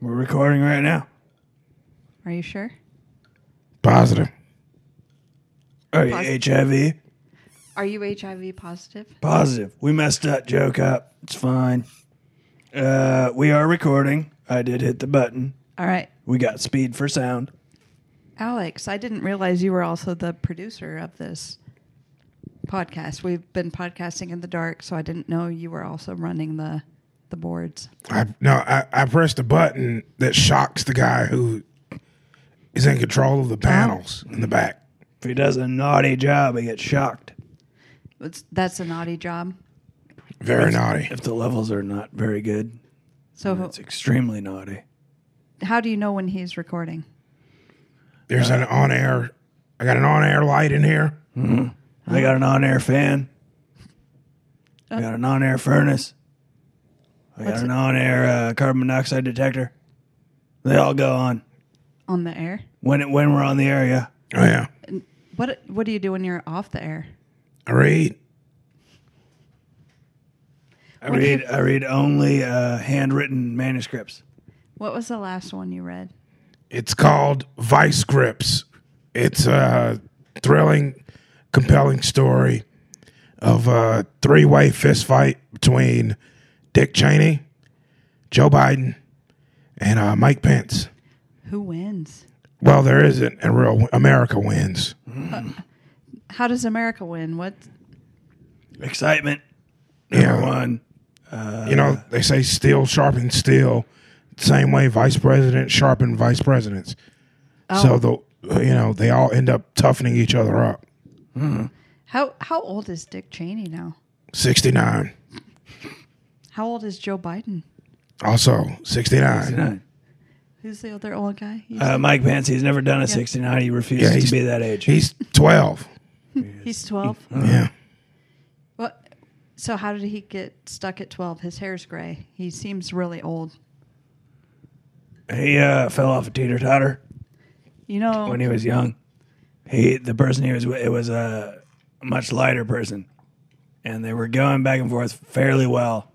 We're recording right now. Are you sure? Positive. Are you Posi- HIV? Are you HIV positive? Positive. We messed that joke up. It's fine. Uh, we are recording. I did hit the button. All right. We got speed for sound. Alex, I didn't realize you were also the producer of this podcast. We've been podcasting in the dark, so I didn't know you were also running the the boards. I no, I, I pressed the button that shocks the guy who is in control of the panels in the back. If he does a naughty job, he gets shocked. It's, that's a naughty job. Very naughty. If the levels are not very good, So, it's extremely naughty. how do you know when he's recording? There's an on air I got an on air light in here. I got an on air fan. I got an on air furnace. I got What's an on air uh, carbon monoxide detector. They all go on. On the air? When, it, when we're on the air, yeah. Oh yeah. What What do you do when you're off the air? I read. I What do you- read I read only uh, handwritten manuscripts. What was the last one you read? It's called Vice Grips. It's a thrilling, compelling story of a three way fist fight between Dick Cheney, Joe Biden, and uh, Mike Pence. Who wins? Well, there isn't a real America wins. How does America win? What? Excitement Yeah, number one. you know they say steel sharpens steel, same way vice president sharpened vice presidents. So the you know they all end up toughening each other up. How How old is Dick Cheney now? Sixty nine, How old is Joe Biden? also sixty nine. Who's the other old guy? He's, Uh, Mike Pence, he's never done a 69. He refuses Yeah, to he's- be that age. He's twelve. he's 12. e-, Uh-huh. Yeah, What? So how did he get stuck at 12? His hair's gray. He seems really old. He uh, fell off a teeter totter You know, when he was young. He the person he was with it was a much lighter person, and they were going back and forth fairly well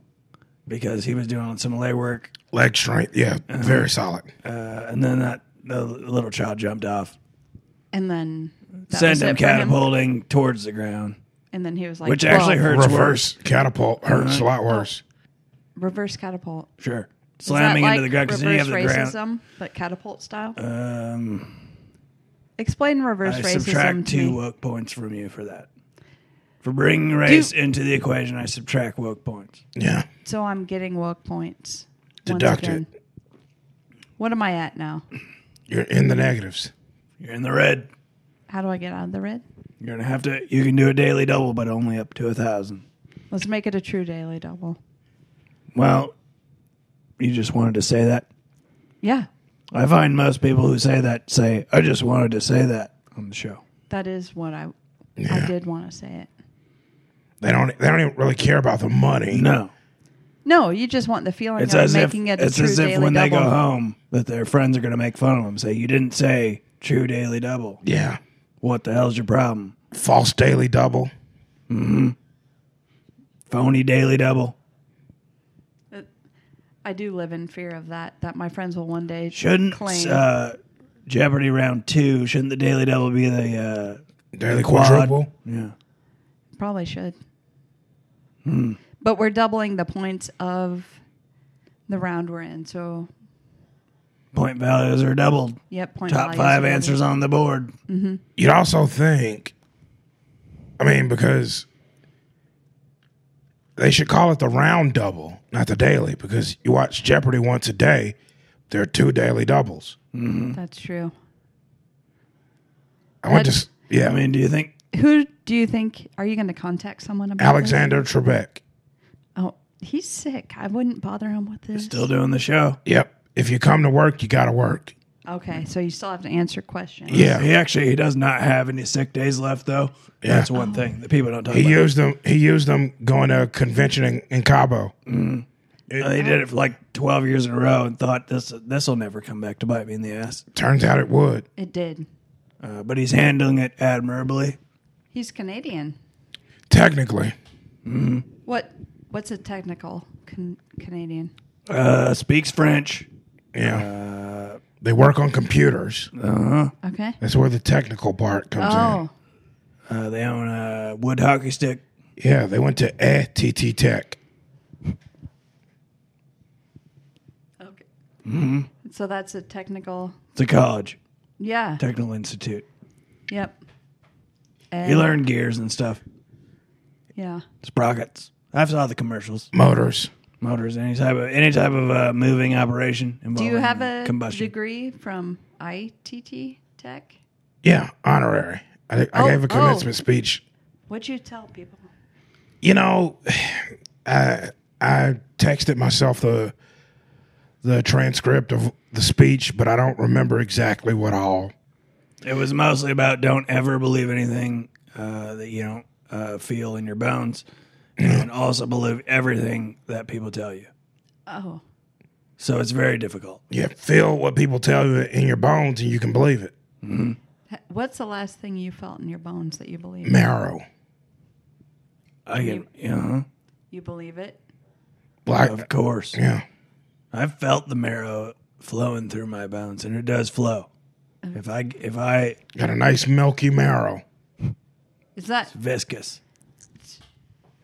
because he was doing some leg work, leg strength. Yeah, Uh-huh. very solid. uh, and then that the little child jumped off, and then that sent was him it for him. catapulting towards the ground. And then he was like, Which actually 12. hurt. Hurts Uh-huh. Reverse catapult hurts a lot worse. Reverse catapult. Is Sure, that slamming into like the ground because any of reverse the racism, ground. but catapult style. Um, Explain reverse I racism subtract to two uh, me. woke points from you for that. For bringing race into the equation, I subtract woke points. Yeah, So I'm getting woke points. once Deduct it. again. What am I at now? you're in the negatives. You're in the red. How do I get out of the red? You're gonna have to. You can do a daily double, but only up to a thousand. Let's make it a true daily double. Well, you just wanted to say that. Yeah, I find most people who say that say, "I just wanted to say that" on the show. that is what I I Yeah. did want to say it. They don't. They don't even really care about the money. No, No, you just want the feeling it's of as if making it a it's true as daily if when they double. go home that their friends are gonna make fun of them. Say, "You didn't say true daily double. Yeah, What the hell's your problem? false daily double. Phony daily double." I do live in fear of that. That my friends will one day Shouldn't claim. uh, Jeopardy round two? Shouldn't the Daily Double be the uh, Daily quad? quadruple. Yeah, probably should. Hmm. But we're doubling the points of the round we're in. So point values are doubled. yep, point Top values five are doubled. answers on the board. You'd also think, I mean, because they should call it the round double, not the daily, because you watch Jeopardy once a day. There are two daily doubles. That's true. I went to, That's- s- yeah, I mean, do you think Who do you think are you going to contact someone about? this? Alexander Trebek. Oh, he's sick. I wouldn't bother him with this. still doing the show? Yep. If you come to work, you got to work. okay, so you still have to answer questions. Yeah. He actually he does not have any sick days left though. Yeah. That's one thing that people don't talk He about. used them. He used them going to a convention in, in Cabo. Uh, he did it for like twelve years in a row and thought this this will never come back to bite me in the ass. Turns out it would. It did. Uh, but he's handling it admirably. He's Canadian. Technically, What? What's a technical can, Canadian? Uh, speaks French. Uh, Yeah. they work on computers. uh-huh. Okay. That's where the technical part comes Oh, Uh, they own a wood hockey stick. in. Yeah, they went to ATT Tech. okay. Mm-hmm. So that's a technical. It's a college, Yeah. technical institute. Yep. And, You learn gears and stuff, Yeah. sprockets. I've saw the commercials, Motors. motors, any type of any type of uh, moving operation. Do you involving have a combustion? degree from ITT Tech? Yeah, honorary. I, I Oh, gave a oh. commencement speech. What'd you tell people? You know, I I texted myself the the transcript of the speech, but I don't remember exactly what all. It was mostly about don't ever believe anything uh, that you don't uh, feel in your bones, and also believe everything that people tell you. Oh, So it's very difficult. You feel what people tell you in your bones, and you can believe it. H- what's the last thing you felt in your bones that you believe? Marrow, I get, yeah, You believe it? like of course. yeah, I felt the marrow flowing through my bones, and it does flow. Oh. If I if I got a nice milky marrow. Is that viscous,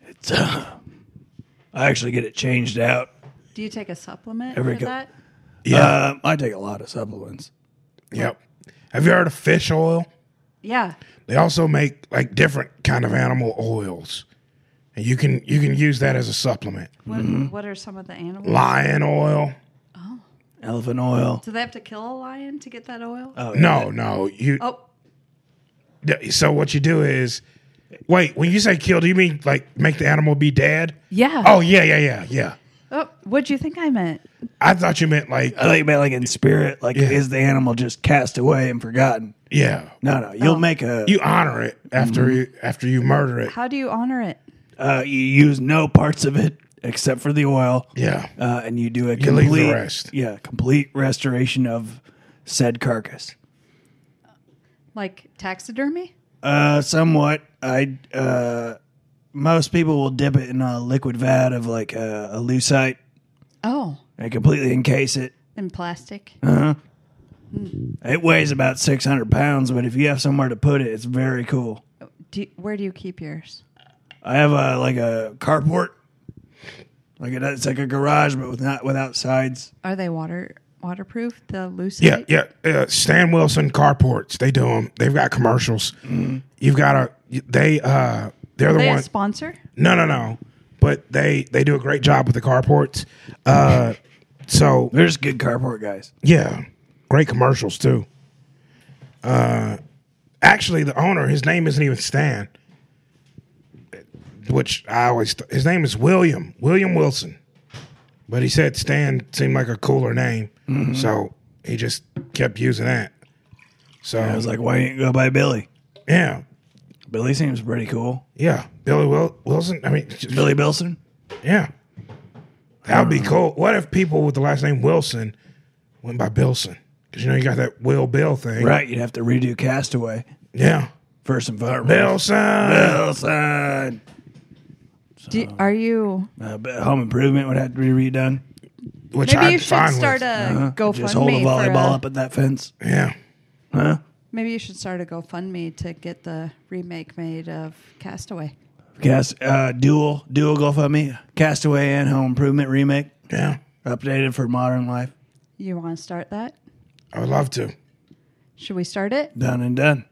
it's. Uh, I actually get it changed out. Do you take a supplement Every for co- that? Yeah, Uh, I take a lot of supplements. yep. Have you heard of fish oil? Yeah. They also make like different kind of animal oils, and you can you can use that as a supplement. What, Mm-hmm. what are some of the animals? Lion oil. Elephant oil. Do they have to kill a lion to get that oil? Oh, No, no. You oh, Yeah, So what you do is, wait. When you say kill, do you mean like make the animal be dead? yeah. Oh yeah, yeah, yeah, yeah. Oh, what'd you think I meant? I thought you meant like uh, I thought you meant like in spirit, like Yeah. is the animal just cast away and forgotten? yeah. No, no. You'll Oh. make a you, You honor it after you after you murder it. How do you honor it? uh, you use no parts of it except for the oil, Yeah, uh, and you do a You leave the complete rest. yeah complete restoration of said carcass. Like taxidermy? Uh, somewhat. I uh, most people will dip it in a liquid vat of like uh, a lucite Oh, and completely encase it. in plastic. It weighs about six hundred pounds, but if you have somewhere to put it, it's very cool. Do you- where do you keep yours? I have a like a carport. Like it, it's like a garage, but with not without sides. Are they water waterproof? The lucite? yeah, yeah. Uh, Stan Wilson carports. They do them. They've got commercials. You've got a. They uh. They're the They a ones. sponsor? No, no, no. But they they do a great job with the carports. Uh. So They're just good carport guys. Yeah, great commercials too. Uh, actually, the owner, his name isn't even Stan, which I always th- his name is William William Wilson, but he said Stan seemed like a cooler name, Mm-hmm. so he just kept using that. So I was like, why didn't you go by Billy? yeah, Billy seems pretty cool. yeah, Billy Wil- Wilson. I mean, just- Billy Bilson. yeah, Um, that would be cool. What if people with the last name Wilson went by Bilson? Because you know you got that Will Bill thing, Right, you'd have to redo Castaway Yeah. first and foremost. Bilson. Bilson. Do you- are you? Uh, but home improvement would have to be redone. Which Maybe I'm you should fine start with. a Huh? GoFundMe. Uh-huh. Just hold a volleyball for uh, a- up at that fence. Yeah. Huh? Maybe you should start a GoFundMe to get the remake made of Castaway. Cast uh, dual dual GoFundMe, Castaway and Home Improvement remake, Yeah. updated for modern life. You want to start that? I would love to. Should we start it? Done and done.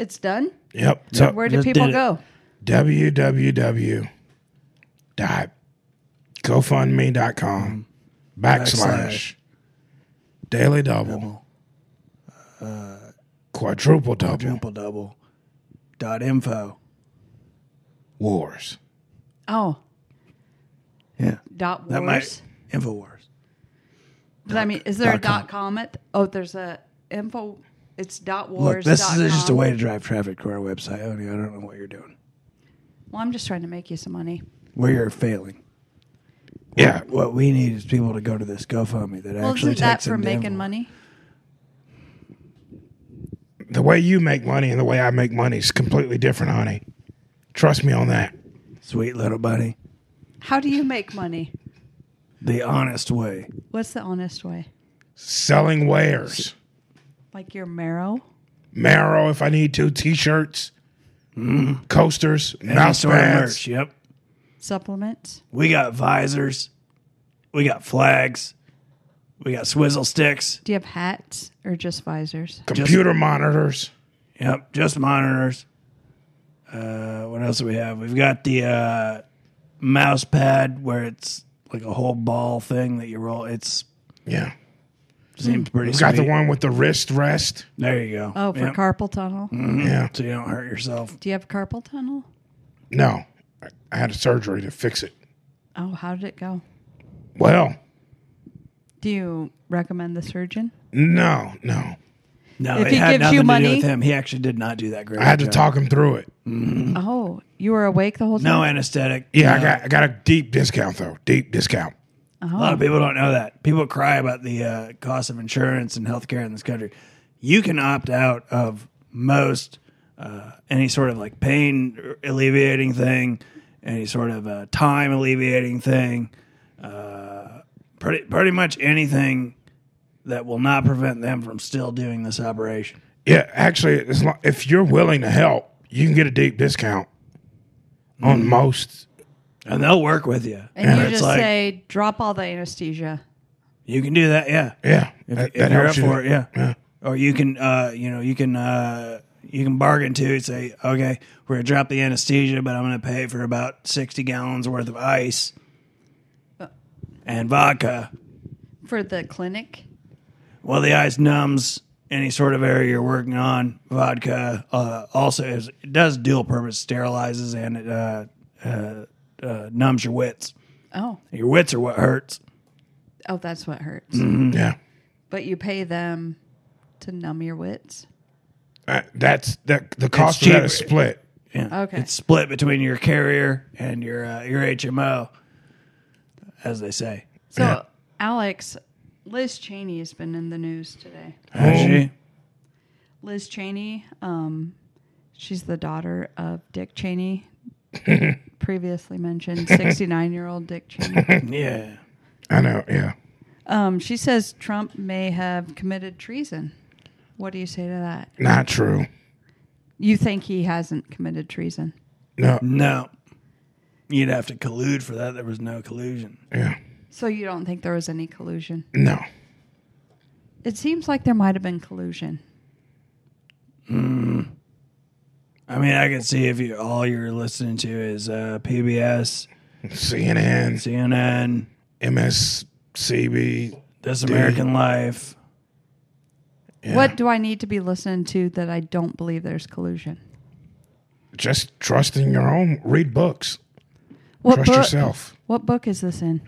It's done. Yep. So Where do Just people did it. go? www.gofundme.com Backslash. backslash daily double quadruple double Triple double. Dot info. wars. Oh, Yeah. dot That might wars. InfoWars. Does that mean is there a dot dot com at? Oh, there's a info. It's dot wars. Look, this dot is just a com. way to drive traffic to our website. Honey, I don't know what you're doing. Well, I'm just trying to make you some money. Where you're failing. Yeah. What we need is people to go to this GoFundMe that Well, actually isn't that takes them for to making info. money? The way you make money and the way I make money is completely different, honey. Trust me on that. Sweet little buddy. How do you make money? The honest way. What's the honest way? selling wares. Like your marrow? Marrow, if I need to, t shirts, coasters, Mm-hmm. Any mouse sort of pads. merch. Yep. Supplements? We got visors. We got flags. We got swizzle sticks. Do you have hats or just visors? computer monitors. Yep, just monitors. Uh, what else do we have? We've got the uh, mouse pad where it's like a whole ball thing that you roll. It's Yeah. seems pretty. We Hmm. got the sweet. one with the wrist rest. There you go. Oh, for Yep, carpal tunnel? Mm-hmm. Yeah. so you don't hurt yourself. Do you have carpal tunnel? No, I- I had a surgery to fix it. Oh, how did it go? Well, Do you recommend the surgeon? no, no. No, If it he had gives nothing you to do money- with him. He actually did not do that great. I had to job. talk him through it. Oh, you were awake the whole time? Mm-hmm. No anesthetic. Yeah, I No. got I got a deep discount though. Deep discount. A lot Oh. of people don't know that. People cry about the uh, cost of insurance and healthcare in this country. You can opt out of most uh, any sort of like pain alleviating thing, any sort of uh, time alleviating thing, uh, pretty pretty much anything that will not prevent them from still doing this operation. Yeah, actually, as long, if you're willing to help, you can get a deep discount Mm. on most. And they'll work with you. And you it's just like, say, drop all the anesthesia. you can do that, yeah. Yeah, If, that- if that you're up helps you. for it, yeah. Yeah. Or you can, uh, you know, you can, uh, you can bargain too. and Say, okay, we're gonna drop the anesthesia, but I'm gonna pay for about sixty gallons worth of ice and vodka. For the clinic? Well, the ice numbs any sort of area you're working on. Vodka uh, also is, it does dual purpose: sterilizes and it uh, uh, uh, numbs your wits. Oh, Your wits are what hurts. oh, that's what hurts. Mm-hmm. Mm. Yeah, But you pay them to numb your wits. Uh, that's that. The cost of cheaper. that is split. Yeah. Okay. It's split between your carrier and your uh, your HMO, as they say. So, Alex, Liz Cheney has been in the news today. Has she? Liz Cheney, um, she's the daughter of Dick Cheney, previously mentioned 69 year old Dick Cheney. Yeah. I know. Yeah, Um, she says Trump may have committed treason. What do you say to that? not true. You think he hasn't committed treason? No. No. You'd have to collude for that. There was no collusion. Yeah. So you don't think there was any collusion? No. It seems like there might have been collusion. I mean, I can see if you all you're listening to is uh, PBS, CNN, CNN, MSCB. This American Life. Yeah. What do I need to be listening to that I don't believe there's collusion? Just trusting your own. Read books. What Trust book? yourself. What book is this in?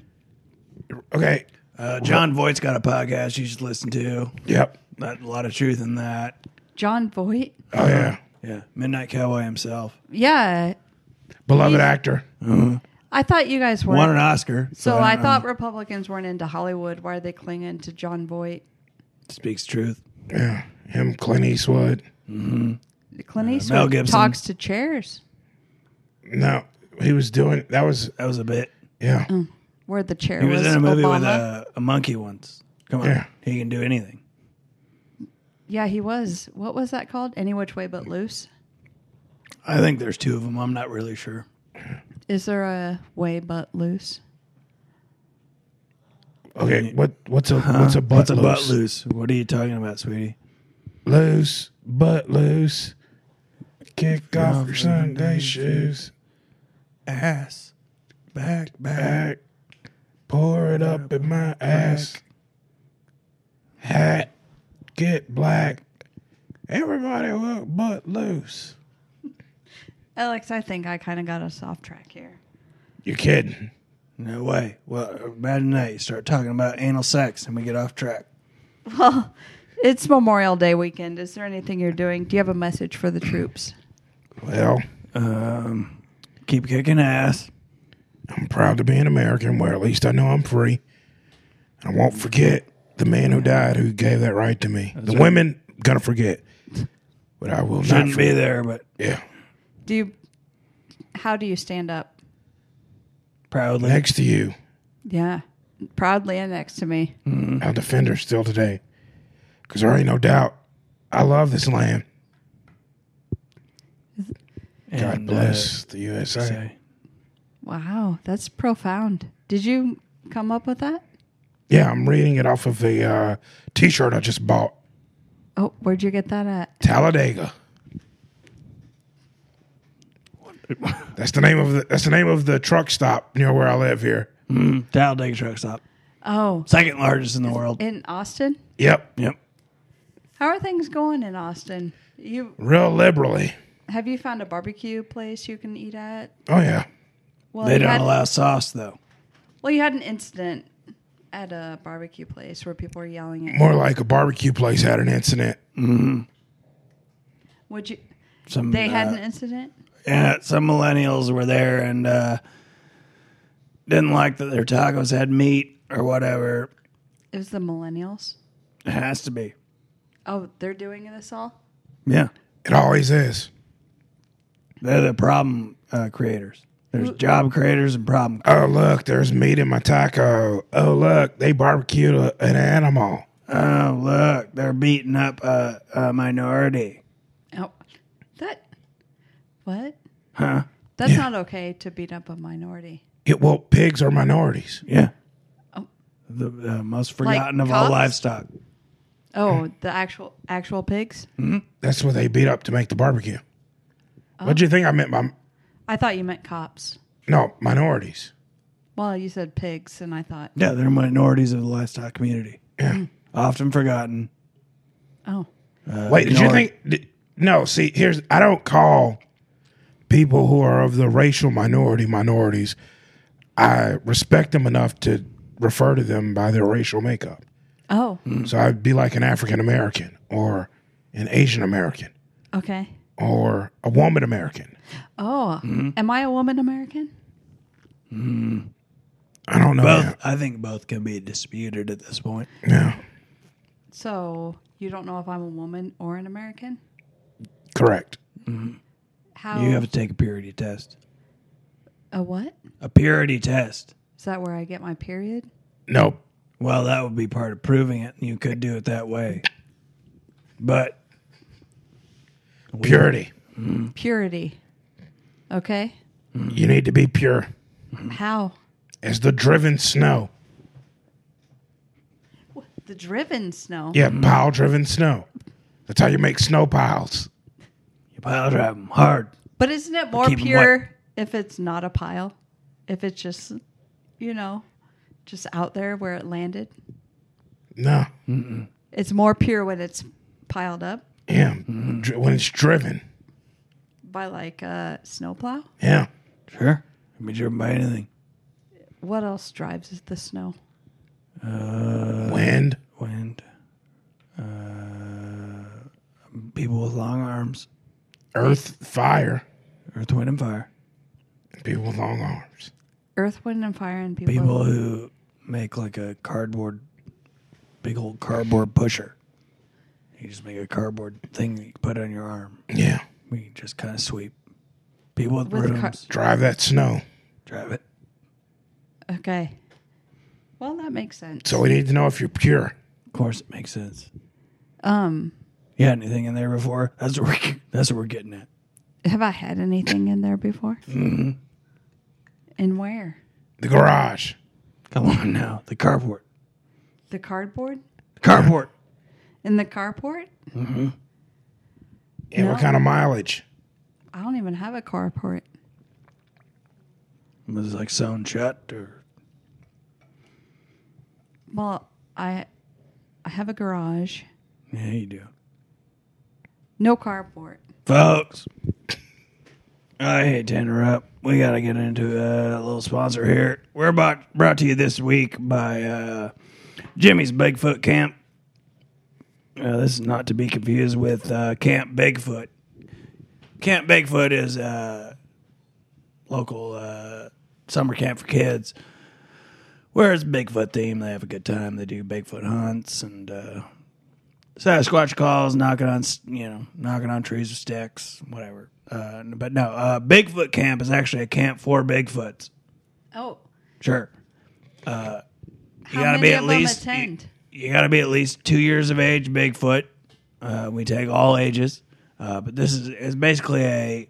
Okay. Uh, John Voight's got a podcast you should listen to. Yep. Not a lot of truth in that. John Voight? Uh-huh. Oh yeah. Yeah. Midnight Cowboy himself Yeah. Beloved actor. I thought you guys were. won an Oscar. So don't I know. thought Republicans weren't into Hollywood. Why are they clinging to John Voight? speaks truth. Yeah. Him, Clint Eastwood. Clint Uh, Mel Eastwood Gibson. talks to chairs. No, he was doing that was That was a bit. yeah. Where the chair He was, in a movie Obama. with uh, a, a monkey once. Come on, Yeah. he can do anything. yeah, he was. What was that called? Any which way but loose. I think there's two of them. I'm not really sure. Is there a way but loose? Okay, what what's a what's a butt What's a loose? butt loose? What are you talking about, sweetie? Loose, butt loose. Kick off your Sunday shoes. Ass, back, Back. Pour it up in my ass. Hat. Get black. Everybody look butt loose. Alex, I think I kind of got us off track here. You kidding? No way. Well, imagine that. You start talking about anal sex and we get off track. Well, it's Memorial Day weekend. Is there anything you're doing? Do you have a message for the troops? Well, Um, keep kicking ass. I'm proud to be an American where at least I know I'm free. And I won't forget the man who died who gave that right to me. the women gonna forget. But I will not Shouldn't be forget. there, but Yeah. Do you? How do you stand up? proudly. Next to you. Yeah. proudly annexed to me. Mm-hmm. I'll defend her still today. Because there ain't no doubt. I love this land. God And, uh, bless the USA. say, Wow, that's profound. Did you come up with that? Yeah, I'm reading it off of the uh, t shirt I just bought. Oh, where'd you get that at? Talladega. That's the name of the that's the name of the truck stop near where I live here. hmm, Talladega truck stop, Oh, second largest in the world. in Austin. Yep. Yep. How are things going in Austin? You Real liberally. have you found a barbecue place you can eat at? Oh yeah. Well, They you don't had- allow sauce though. Well, you had an incident at a barbecue place where people were yelling at. you. More like a barbecue place had an incident. Would you? Some They had uh, an incident. yeah, some millennials were there and uh, didn't like that their tacos had meat or whatever. It was the millennials. It has to be. Oh, they're doing this all. Yeah, It always is. they're the problem uh, creators. There's job creators and problem. Oh look, there's meat in my taco. Oh look, they barbecued a, an animal. Oh look, they're beating up a, a minority. Oh, that. What? Huh? That's Yeah. not okay to beat up a minority. It well, pigs are minorities. Yeah. Oh. The uh, most forgotten of all cops? livestock. Oh, the actual actual pigs. That's what they beat up to make the barbecue. What do you think I meant by I thought you meant cops. no minorities? Well, you said pigs, and I thought, Yeah, they're minorities of the livestock community. Yeah. Often forgotten. uh, oh, Wait, did you ignored. think? Did, no, see, here's I don't call people who are of the racial minority minorities. I respect them enough to refer to them by their racial makeup. oh, So I'd be like an African American or an Asian American okay, or a woman American. oh. Mm-hmm. Am I a woman American? I don't know. Both, man. I think both can be disputed at this point. Yeah, So you don't know if I'm a woman or an American? correct. How You have to take a purity test. a what? A purity test. Is that where I get my period? No, Well, that would be part of proving it. and You could do it that way. But purity. Purity. Okay. You need to be pure Mm. How? as the driven snow. What? The driven snow. Yeah, pile driven snow. That's how you make snow piles. you pile drive them hard. But isn't it more keep 'em pure if it's not a pile? If it's just, you know, just out there where it landed? No, It's more pure when it's piled up yeah, Dri- when it's driven. by like a snowplow. Yeah. Sure. Can be driven by anything. What else drives the snow? Wind. Uh, Wind. Uh, people with long arms. Earth, fire, Earth, wind, and fire. and people with long arms. Earth, wind, and fire, and people. People who make like a cardboard, big old cardboard pusher. You just make a cardboard thing that you put on your arm. Yeah. We just kind of sweep. People with, With brooms car- Drive that snow. drive it. Okay. Well, that makes sense. So we need to know if you're pure. Of course, it makes sense. Um, Yeah, anything in there before? That's what we're, that's what we're getting at. have I had anything in there before? Mm-hmm. And where? The garage. Come on now, the carport. The cardboard? The carport. In the carport? And what No. kind of mileage? I don't even have a carport. Was it like sewn shut or Well, I I have a garage. yeah, you do. No carport. Folks, I hate to interrupt. We got to get into a little sponsor here. We're about, brought to you this week by uh, Jimmy's Bigfoot Camp. Uh, this is not to be confused with uh, Camp Bigfoot. Camp Bigfoot is a local uh, summer camp for kids. Where it's Bigfoot theme, they have a good time. They do Bigfoot hunts and uh, Sasquatch calls, knocking on s- you know, knocking on trees with sticks, whatever. Uh, n- but no, uh, Bigfoot Camp is actually a camp for Bigfoots. Oh, Sure, uh, You How gotta many be at of 'em least attend? You, gotta be at least two years of age, Bigfoot. Uh, we take all ages, uh, but this is is basically a.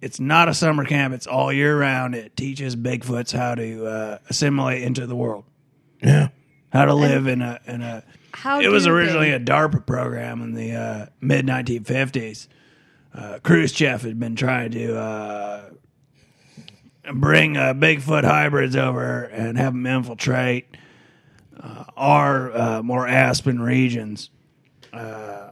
It's not a summer camp. It's all year round. It teaches Bigfoots how to uh, assimilate into the world, Yeah. how to live in a in a. How It was do originally they- a DARPA program in the uh, mid 1950s. Uh, Khrushchev had been trying to uh, bring uh, Bigfoot hybrids over and have them infiltrate uh, our uh, more Aspen regions. Uh,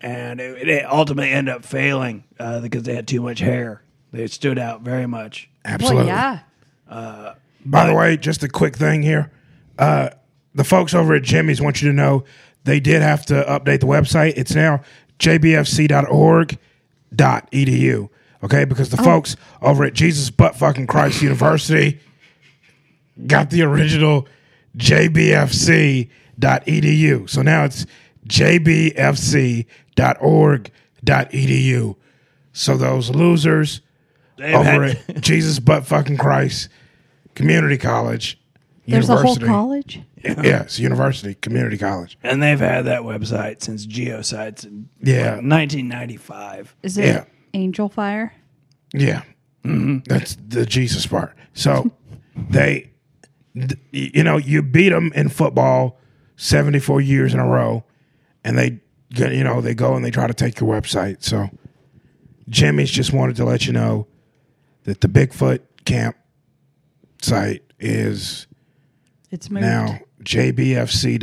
and it, it ultimately ended up failing uh, because they had too much hair. They stood out very much. Absolutely. Well, yeah. By the way, just a quick thing here. Uh, the folks over at Jimmy's want you to know they did have to update the website. It's now jbfc.org.edu. Okay, because the folks over at Jesus Butt Fucking Christ University got the original jbfc.edu. So now it's jbfc.org.edu. So those losers They've over had- at Jesus Butt Fucking Christ Community College. There's university. a whole college. Yes, university, community college. and they've had that website since Geosites in Yeah, 1995. Is it Yeah. Angel Fire? yeah. Mm-hmm. Mhm. That's the Jesus part. So they, th- you know, you beat them in football seventy four years in a row, and they, go- you know, they go and they try to take your website. So Jimmy's just wanted to let you know that the Bigfoot camp site is It's moved. now jbfc.org.edu.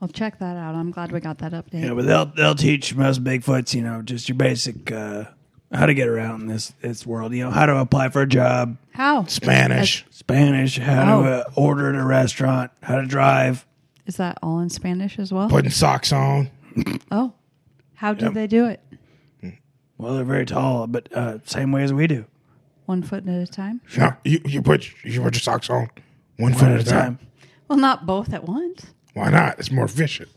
Well, check that out. I'm glad we got that update. Yeah, but they'll they'll teach most Bigfoots, you know, just your basic uh, how to get around in this this world. You know, how to apply for a job, How Spanish. Spanish, how to Oh. uh, order at a restaurant, how to drive. is that all in Spanish as well? Putting socks on. oh, how do they do it? Well, they're very tall, but uh, same way as we do, One foot at a time? No, you, you put you put your socks on one foot one at a time. Well, not both at once. Why not? It's more efficient.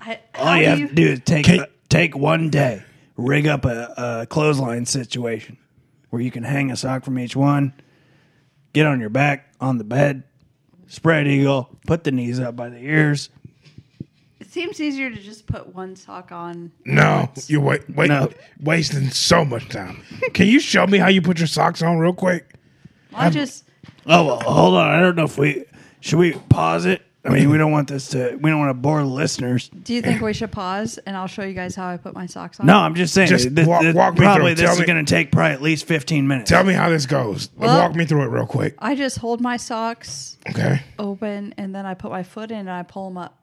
I, All how you do have you- to do is take Can- take one day, rig up a, a clothesline situation where you can hang a sock from each one, get on your back on the bed, spread eagle, put the knees up by the ears. It seems easier to just put one sock on. No, you're wa- wa- No. wasting so much time. Can you show me how you put your socks on real quick? I just Oh well, hold on. I don't know if we should we pause it. I mean, we don't want this to. We don't want to bore the listeners. do you think we should pause and I'll show you guys how I put my socks on? No, I'm just saying. Just this, walk- this- walk me through. probably this Tell is me- going to take probably at least 15 minutes. Tell me how this goes. Well- Walk me through it real quick. I just hold my socks Okay. open and then I put my foot in and I pull them up.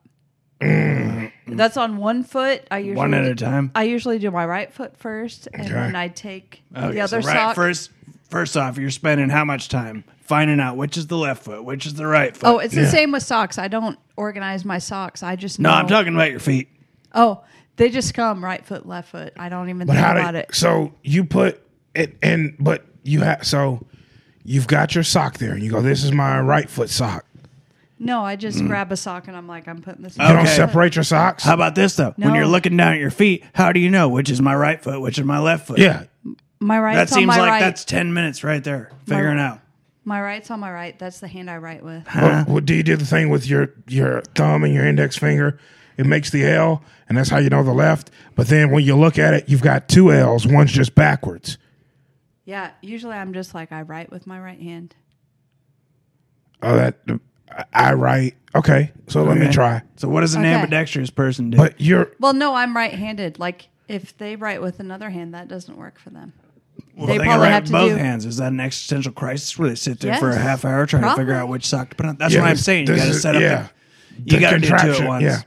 That's on one foot. I usually Mm. One at a time. I usually do my right foot first, and Okay. then I take Okay, the other so Oh, right, sock. First, first off, you're spending how much time finding out which is the left foot, which is the right foot? Oh, it's the Yeah. same with socks. I don't organize my socks. I just no, know. I'm talking about your feet. Oh, they just come right foot, left foot. I don't even But think how about do it. so you put it and but you have so you've got your sock there and you go, This is my right foot sock. No, I Mm. just grab a sock and I'm like, I'm putting this. You on don't Okay. my foot. separate your socks? How about this though? When No. you're looking down at your feet, how do you know which is my right foot, which is my left foot? yeah. My that right's on seems my like right. that's 10 minutes right there figuring out. My right's on my right. That's the hand I write with. Uh-huh. Well, well, do you do the thing with your your thumb and your index finger? It makes the L, and that's how you know the left. But then when you look at it, you've got two L's. One's just backwards. Yeah, usually I'm just like I write with my right hand. Oh, that I- I write. Okay, so let me Okay. try. So what does an Okay. ambidextrous person do? But you're Well, no, I'm right-handed. Like if they write with another hand, that doesn't work for them. Well, They they, can probably write have with to both do- hands. Is that an existential crisis where they sit there for a Yes. half hour trying to figure Probably. out which sock to put on? That's yeah, what I'm this- saying. You this got to is- set up. yeah, The, you The got to do two at contraption, once. yeah.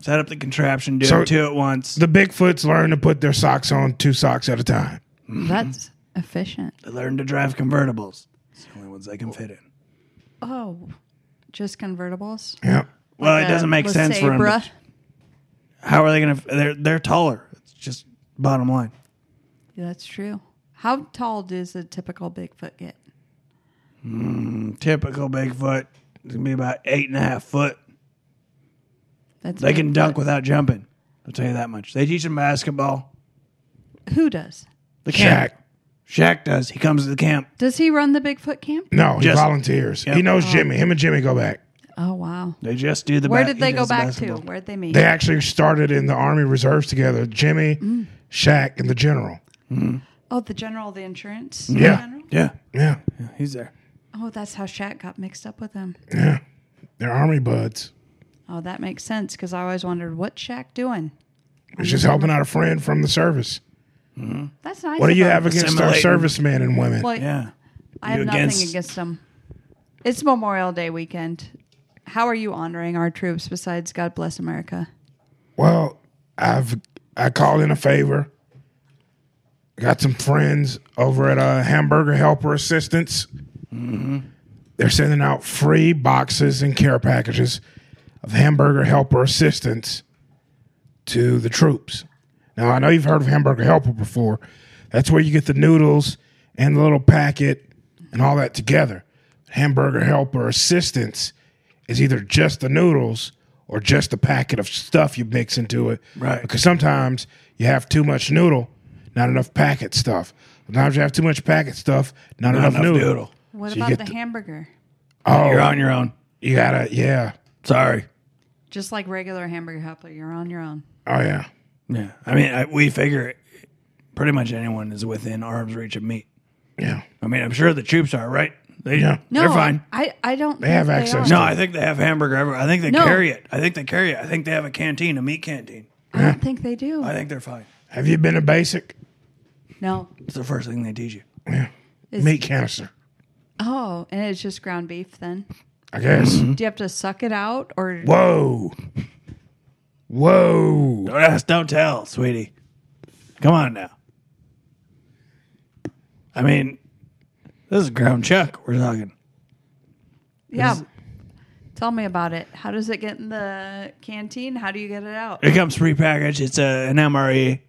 Set up the contraption. Do So- two at once. the Bigfoots learn to put their socks on two socks at a time. Mm-hmm. That's efficient. They learn to drive convertibles. It's the only ones they can fit in. Oh, just convertibles. Yeah, Well, Uh, it doesn't make with sense for them. to- Sabra. how are they going to? They're they're taller. It's just bottom line. Yeah, that's true. How tall does a typical Bigfoot get? Typical Bigfoot. It's gonna be about eight and a half foot. That's They can Bigfoot. dunk without jumping. I'll tell you that much. They teach them basketball. Who does? The Shaq. Shaq does. He comes to the camp. Does he run the Bigfoot camp? No, he Just- volunteers. He Yep. Uh-huh. knows Jimmy. Him and Jimmy go back. Oh wow. They just do the. Where ba- did he they go does the back to? basketball. Where'd they meet? They actually started in the Army Reserves together. Jimmy, Mm. Shaq, and the general. oh, the general, the insurance. Yeah. General? Yeah, Yeah, yeah, he's there. Oh, that's how Shaq got mixed up with him. yeah. They're Army buds. Oh, that makes sense because I always wondered what Shaq doing. It's just helping out a friend from the service. That's nice. What do you of him. have against our Assimilating. servicemen and women? Well, Yeah, I have You nothing against- against them. It's Memorial Day weekend. How are you honoring our troops besides God bless America? Well, I've I called in a favor. Got some friends over at uh, Hamburger Helper Assistance. They're sending out free boxes and care packages of Hamburger Helper Assistance to the troops. Now I know you've heard of Hamburger Helper before. That's where you get the noodles and the little packet and all that together. Hamburger Helper Assistance is either just the noodles or just the packet of stuff you mix into it. Right. Because sometimes you have too much noodle, not enough packet stuff. Sometimes you have too much packet stuff, not, enough, enough noodle. noodle. What So you about get the the- hamburger? Oh, You're on your own. you gotta, yeah. Sorry. Just like regular hamburger helper, you're on your own. Oh, yeah. Yeah, I mean, I, we figure pretty much anyone is within arm's reach of meat. Yeah. I mean, I'm sure the troops are right. They, Yeah. No, they're fine. I, I don't. They have access No, I think they have hamburger. everywhere. I think they No. carry it. I think they carry it. I think they have a canteen, a meat canteen. I don't think they do. I think they're fine. Have you been to basic? no. It's the first thing they teach you. Yeah. Is- Meat canister, Oh, and it's just ground beef then. I guess. Do you have to suck it out or Whoa. Whoa. Don't ask, don't tell, sweetie. Come on now. I mean, this is ground chuck we're talking. yeah? Tell me about it. How does it get in the canteen? How do you get it out? It comes prepackaged. It's a, an MRE.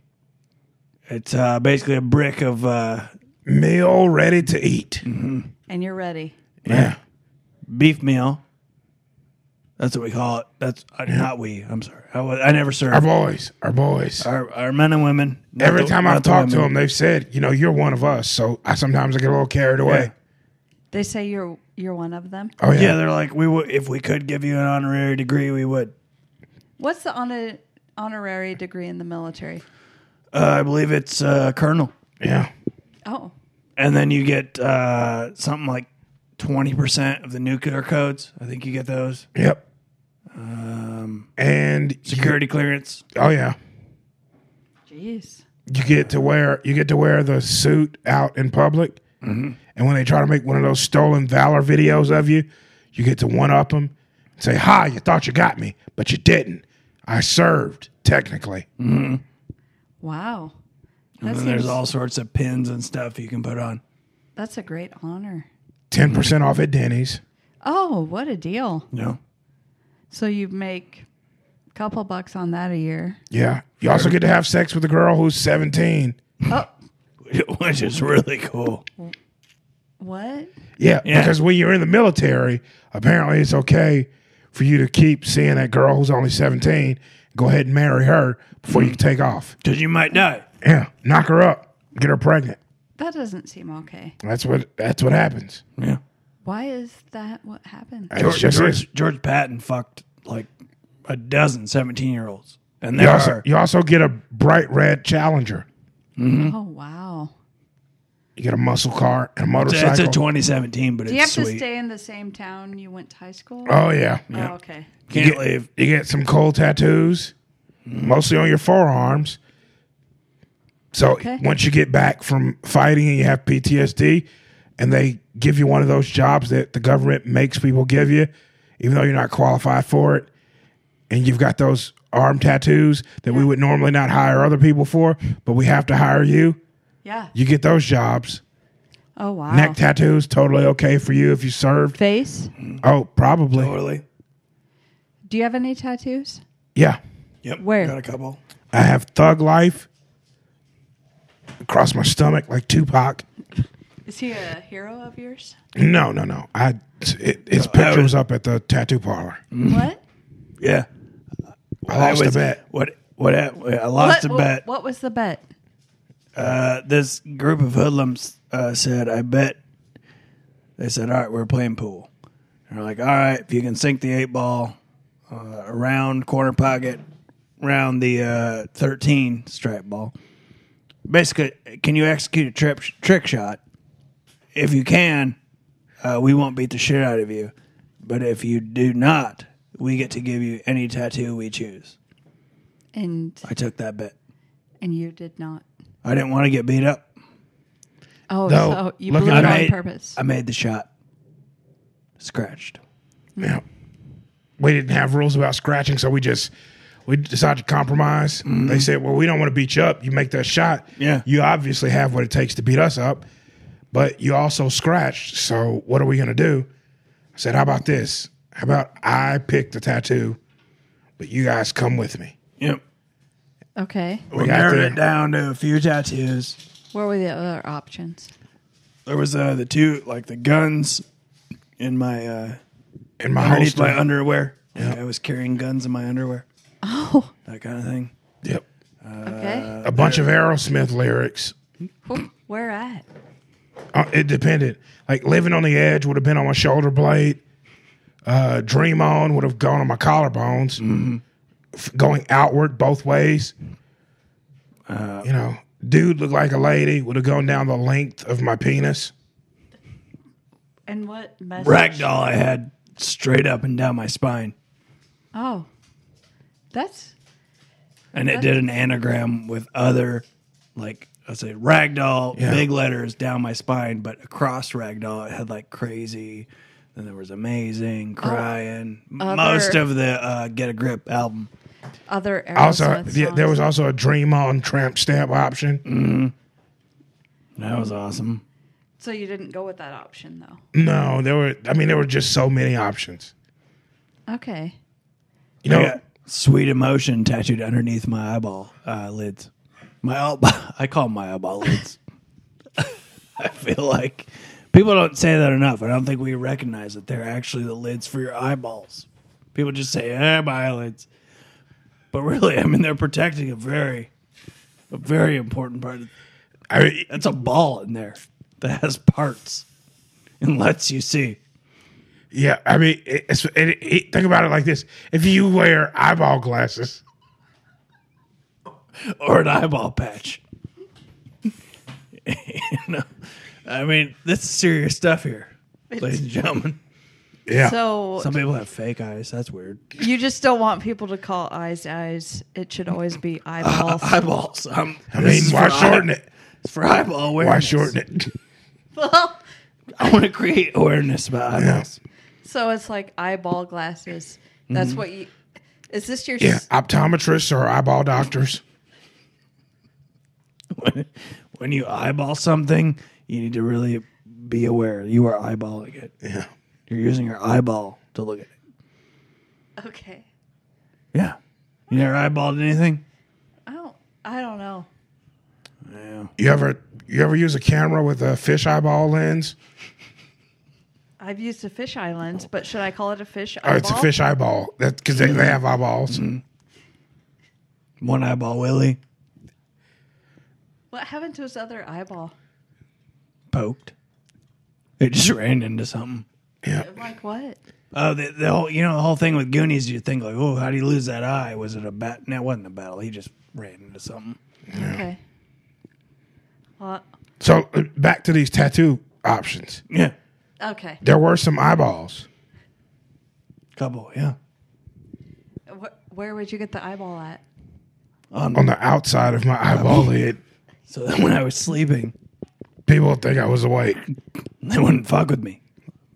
It's uh, basically a brick of uh, Meal ready to eat. And you're ready. Yeah. beef meal. That's what we call it. That's uh, not we. I'm sorry. I, wa- I never Our served. boys. Our boys. Our, our men and women. not Every the- time not I've the talked to women. them, they've said, you know, you're one of us. So I sometimes I get a little carried away. They say you're you're one of them. Oh, yeah. Yeah, they're like, we would if we could give you an honorary degree, we would. What's the honor, honorary degree in the military? Uh, I believe it's uh, colonel, yeah. Oh, and then you get uh, something like twenty percent of the nuclear codes. I think you get those Um, Yep. and you- security clearance. oh, yeah. jeez. you get to wear you get to wear the suit out in public, and when they try to make one of those stolen valor videos of you, you get to one up them and say, "Hi, you thought you got me, but you didn't. I served technically." Wow. And That then there's seems- all sorts of pins and stuff you can put on. that's a great honor. Ten percent off at Denny's. Oh, what a deal. You know, So you make a couple bucks on that a year. Yeah, you also get to have sex with a girl who's seventeen. Oh, which is really cool. what? Yeah, Yeah. because when you're in the military, apparently it's okay for you to keep seeing that girl who's only seventeen. Go ahead and marry her before you take off. Because you might die. Yeah, knock her up, get her pregnant. That doesn't seem okay. That's what that's what happens. Yeah. Why is that what happened? That's George, just it. George, George Patton fucked like a dozen 17 year olds. And You there also, are. you also get a bright red Challenger. Oh, wow. You get a muscle car and a It's motorcycle. it's a 2017, but Do you have it's to sweet. stay in the same town you went to high school? oh yeah. Oh, okay. Can't leave. You get some cool tattoos, mostly on your forearms. So Okay. once you get back from fighting and you have PTSD, and they give you one of those jobs that the government makes people give you, even though you're not qualified for it, and you've got those arm tattoos that we would normally not hire other people for, but we have to hire you. Yeah. You get those jobs. Oh, wow. Neck tattoos totally okay for you if you served. Face? Oh, probably. Totally. Do you have any tattoos? Yeah. Yep. Where? Got a couple. I have thug life across my stomach like Tupac. Is he a hero of yours? No, no, no. I it, his picture was up at the tattoo parlor. What? Yeah. I lost I a was- bet. What? What? I lost what, a bet. What was the bet? uh, this group of hoodlums uh, said, I bet. They said, All right, we're playing pool. And they're like, All right, if you can sink the eight ball uh, around corner pocket, round the uh, 13 strap ball, basically, can you execute a trip, trick shot? If you can, uh, we won't beat the shit out of you. But if you do not, we get to give you any tattoo we choose. and I took that bet. and you did not. I didn't want to get beat up. Oh, No, so you look blew at it that. on made, purpose. I made the shot. Scratched. Yeah. We didn't have rules about scratching, so we just we decided to compromise. They said, "Well, we don't want to beat you up. You make that shot. Mm-hmm. Yeah. you obviously have what it takes to beat us up, but you also scratched. So what are we going to do?" I said, "How about this? How about I pick the tattoo, but you guys come with me." Yep. okay, We got narrowed there. it down to a few tattoos. what were the other options? There was uh, the two, like the guns in my, uh, In my underneath holster. my underwear. Like, I was carrying guns in my underwear. Oh, That kind of thing. yep. okay. A bunch of Aerosmith lyrics. Wh- Where at? Uh, it depended. Like living on the edge would have been on my shoulder blade. Uh, dream on would have gone on my collarbones. F- going outward both ways. you know, dude looked like a lady would have gone down the length of my penis. And what message? Ragdoll I had straight up and down my spine. Oh, that's And it did an anagram with other, like, I say ragdoll, Yeah. big letters down my spine, but across ragdoll, it had like crazy. Then there was amazing, crying. Other- Most of the uh, Get a Grip album. other Aerosmith Also, yeah, there songs. was also a dream on tramp stamp option. That was awesome. So you didn't go with that option though. No, there were. I mean, there were just so many options. Okay. You know, I got sweet emotion tattooed underneath my eyeball uh, lids. My eyeball, I call them my eyeball lids. I feel like people don't say that enough. I don't think we recognize that they're actually the lids for your eyeballs. People just say, eh, my eyelids. But really, I mean, they're protecting a very, a very important part. Of, I, that's a ball in there that has parts and lets you see. Yeah, I mean, it- it's, it, it, think about it like this: if you wear eyeball glasses, or an eyeball patch. you know, I mean, this is serious stuff here, ladies and gentlemen. yeah, So Some people have fake eyes. That's weird. you just don't want people to call eyes eyes. It should always be eyeballs. Eyeballs. Um, I mean, why shorten it? It's for eyeball awareness. Why shorten it? well, I want to create awareness about eyeballs. so it's like eyeball glasses. That's what you. Is this your? Mm-hmm. Yeah, optometrists or eyeball doctors. When, when you eyeball something, you need to really be aware you are eyeballing it. Yeah, You're using your eyeball to look at it. Okay. Yeah. You never eyeballed anything? I don't. I don't know. Yeah. you ever you ever use a camera with a fish eyeball lens? I've used a fish eye lens, but should I call it a fish eyeball? Mm-hmm. Oh, it's a fish eyeball. That because they, they have eyeballs. One eyeball Willie What happened to his other eyeball? poked. It just ran into something. Yeah, Like what? Oh, the, the whole you know the whole thing with Goonies. You think like, oh, how do you lose that eye? Was it a bat? No, it wasn't a battle. He just ran into something. Okay. Well, So uh, back to these tattoo options. Yeah, okay. There were some eyeballs. couple. Yeah, Wh- where would you get the eyeball at? On the outside of my eyeball lid, Um, so then when I was sleeping, people would think I was awake. they wouldn't fuck with me.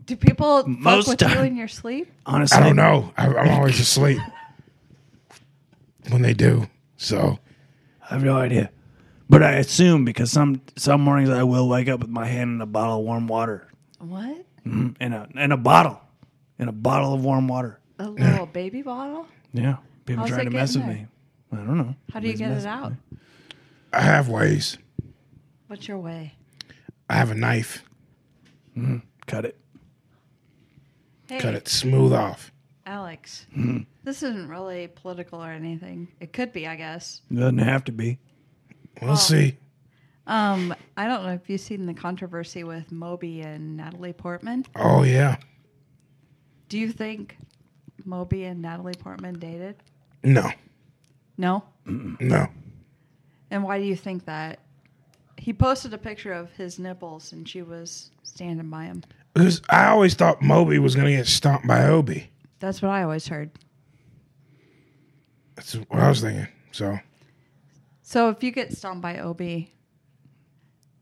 Do people Most fuck with you time- in your sleep? Honestly, I don't know. I, I'm always asleep when they do. So I have no idea. But I assume because some some mornings I will wake up with my hand in a bottle of warm water What? Mm, and a and a bottle and a bottle of warm water. A little baby bottle? Yeah, people How's trying it to mess with getting me. I don't know. How do you get it out? I have ways. What's your way? I have a knife. Cut it. Hey, Cut it Mm-hmm. smooth off. Alex. This isn't really political or anything. It could be, I guess. Oh. Doesn't have to be. We'll see. Um, I don't know if you've seen the controversy with Moby and Natalie Portman. Oh yeah. Do you think Moby and Natalie Portman dated? No. No. No. And why do you think that? He posted a picture of his nipples and she was standing by him. Because I always thought Moby was gonna get stomped by Obi. That's what I always heard. That's what I was thinking. So So if you get stung by OB,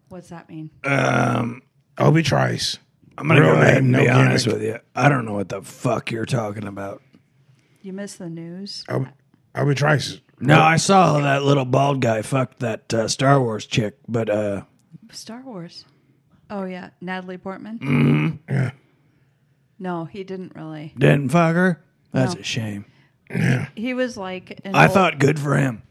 what's that mean? Um, Obi Trice. I'm gonna Real go ahead name, and no be honest gimmick. with you. I don't know what the fuck you're talking about. You miss the news? Obi, Obi Trice. No, I saw that little bald guy fucked that uh, Star Wars chick, but uh, Star Wars. Oh yeah, Natalie Portman. Yeah. No, he didn't really. didn't fuck her. That's No. a shame. He was like an I old- thought good for him.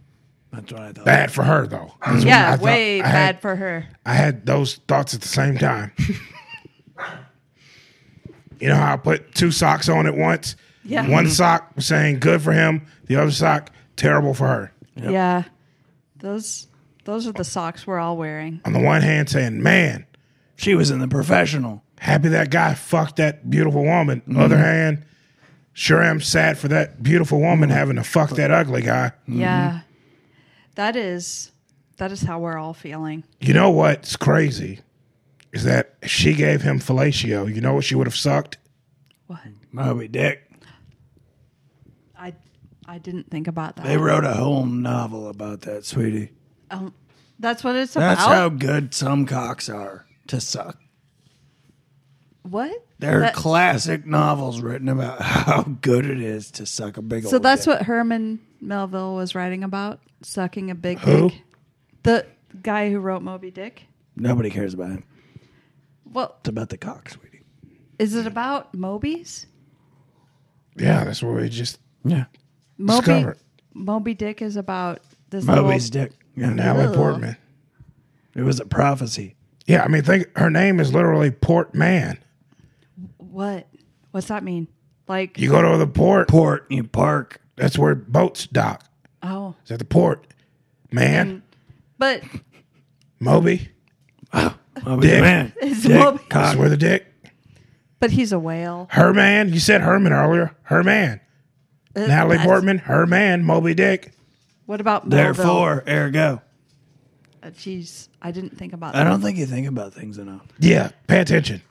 That's what I thought. Bad for her though. That's what I Yeah, thought. way I bad had- for her. I had those thoughts at the same time. you know how I put two socks on at once? Yeah. One sock was saying good for him, the other sock terrible for her. Yeah. Those those are the socks we're all wearing. On the one hand saying, Man, She was in the professional. happy that guy fucked that beautiful woman. Other hand, sure am sad for that beautiful woman having to fuck that ugly guy. Mm-hmm. Yeah. That is that is how we're all feeling. You know what's crazy? Is that if she gave him fellatio, you know what she would have sucked? What? Moby Dick. I I didn't think about that. They wrote a whole novel about that, sweetie. um, that's what it's That's about. how good some cocks are to suck. what? There are That- classic novels written about how good it is to suck a big. So old that's dick. what Herman Melville was writing about, sucking a big Who? dick. The guy who wrote Moby Dick. nobody cares about him. Well, It's about the cock, sweetie. is it about Moby's? Yeah, that's what we just Yeah, Moby Discovered. Moby Dick is about this Moby's little dick. and Yeah, Natalie Ugh. Portman. it was a prophecy. Yeah, I mean, think her name is literally Port Man. what? What's that mean? Like You go to the port, Port you park. that's where boats dock. oh, Is at the port. Man, and, but Moby, Moby's Dick. a man. It's Dick, Moby. that's cock. where the dick. but he's a whale. Her man, you said Herman earlier. Her man, Uh, Natalie that's- Portman. Her man, Moby Dick. What about Melville? Therefore, ergo. Uh, Jeez, I didn't think about I that. don't think you think about things enough. Yeah, pay attention.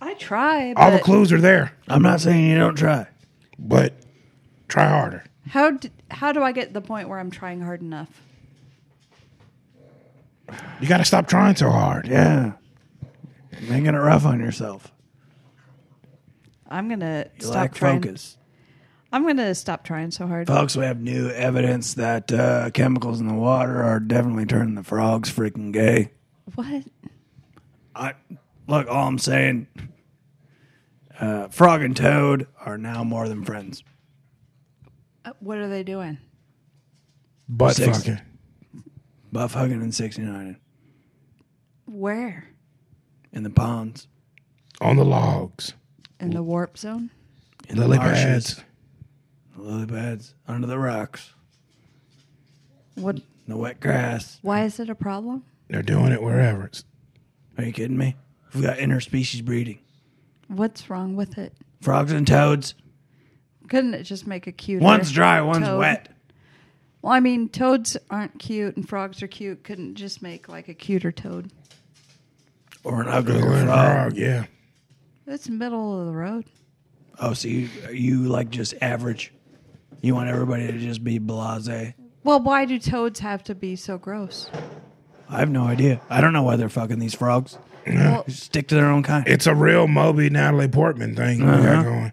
I try. All the but clues are there, I'm not saying you don't try. but try harder. How do, how do I get to the point where I'm trying hard enough? You got to stop trying so hard. Yeah, making it rough on yourself. I'm gonna You stop lack trying. focus. I'm gonna stop trying so hard. Folks, we have new evidence that uh, chemicals in the water are definitely turning the frogs freaking gay. What? I look. All I'm saying, uh, frog and toad are now more than friends. Uh, What are they doing? But Six. fucking Buff hugging and 69 Where? in the ponds, on the logs, In the warp zone? in lily the marshes, pads. the lily pads, under the rocks, What? in the wet grass. Why is it a problem? They're doing it wherever. It's, Are you kidding me? We've got interspecies breeding. What's wrong with it? Frogs and toads. Couldn't it just make a cute? One's dry, one's wet. Well, I mean, toads aren't cute and frogs are cute. Couldn't it just make like a cuter toad? Or an they're ugly doing it frog. wrong, yeah. It's middle of the road. Oh, so you you like just average? You want everybody to just be blasé? Well, why do toads have to be so gross? I have no idea. I don't know why they're fucking these frogs. Well, Stick to their own kind. It's a real Moby Natalie Portman thing we Uh-huh. got going.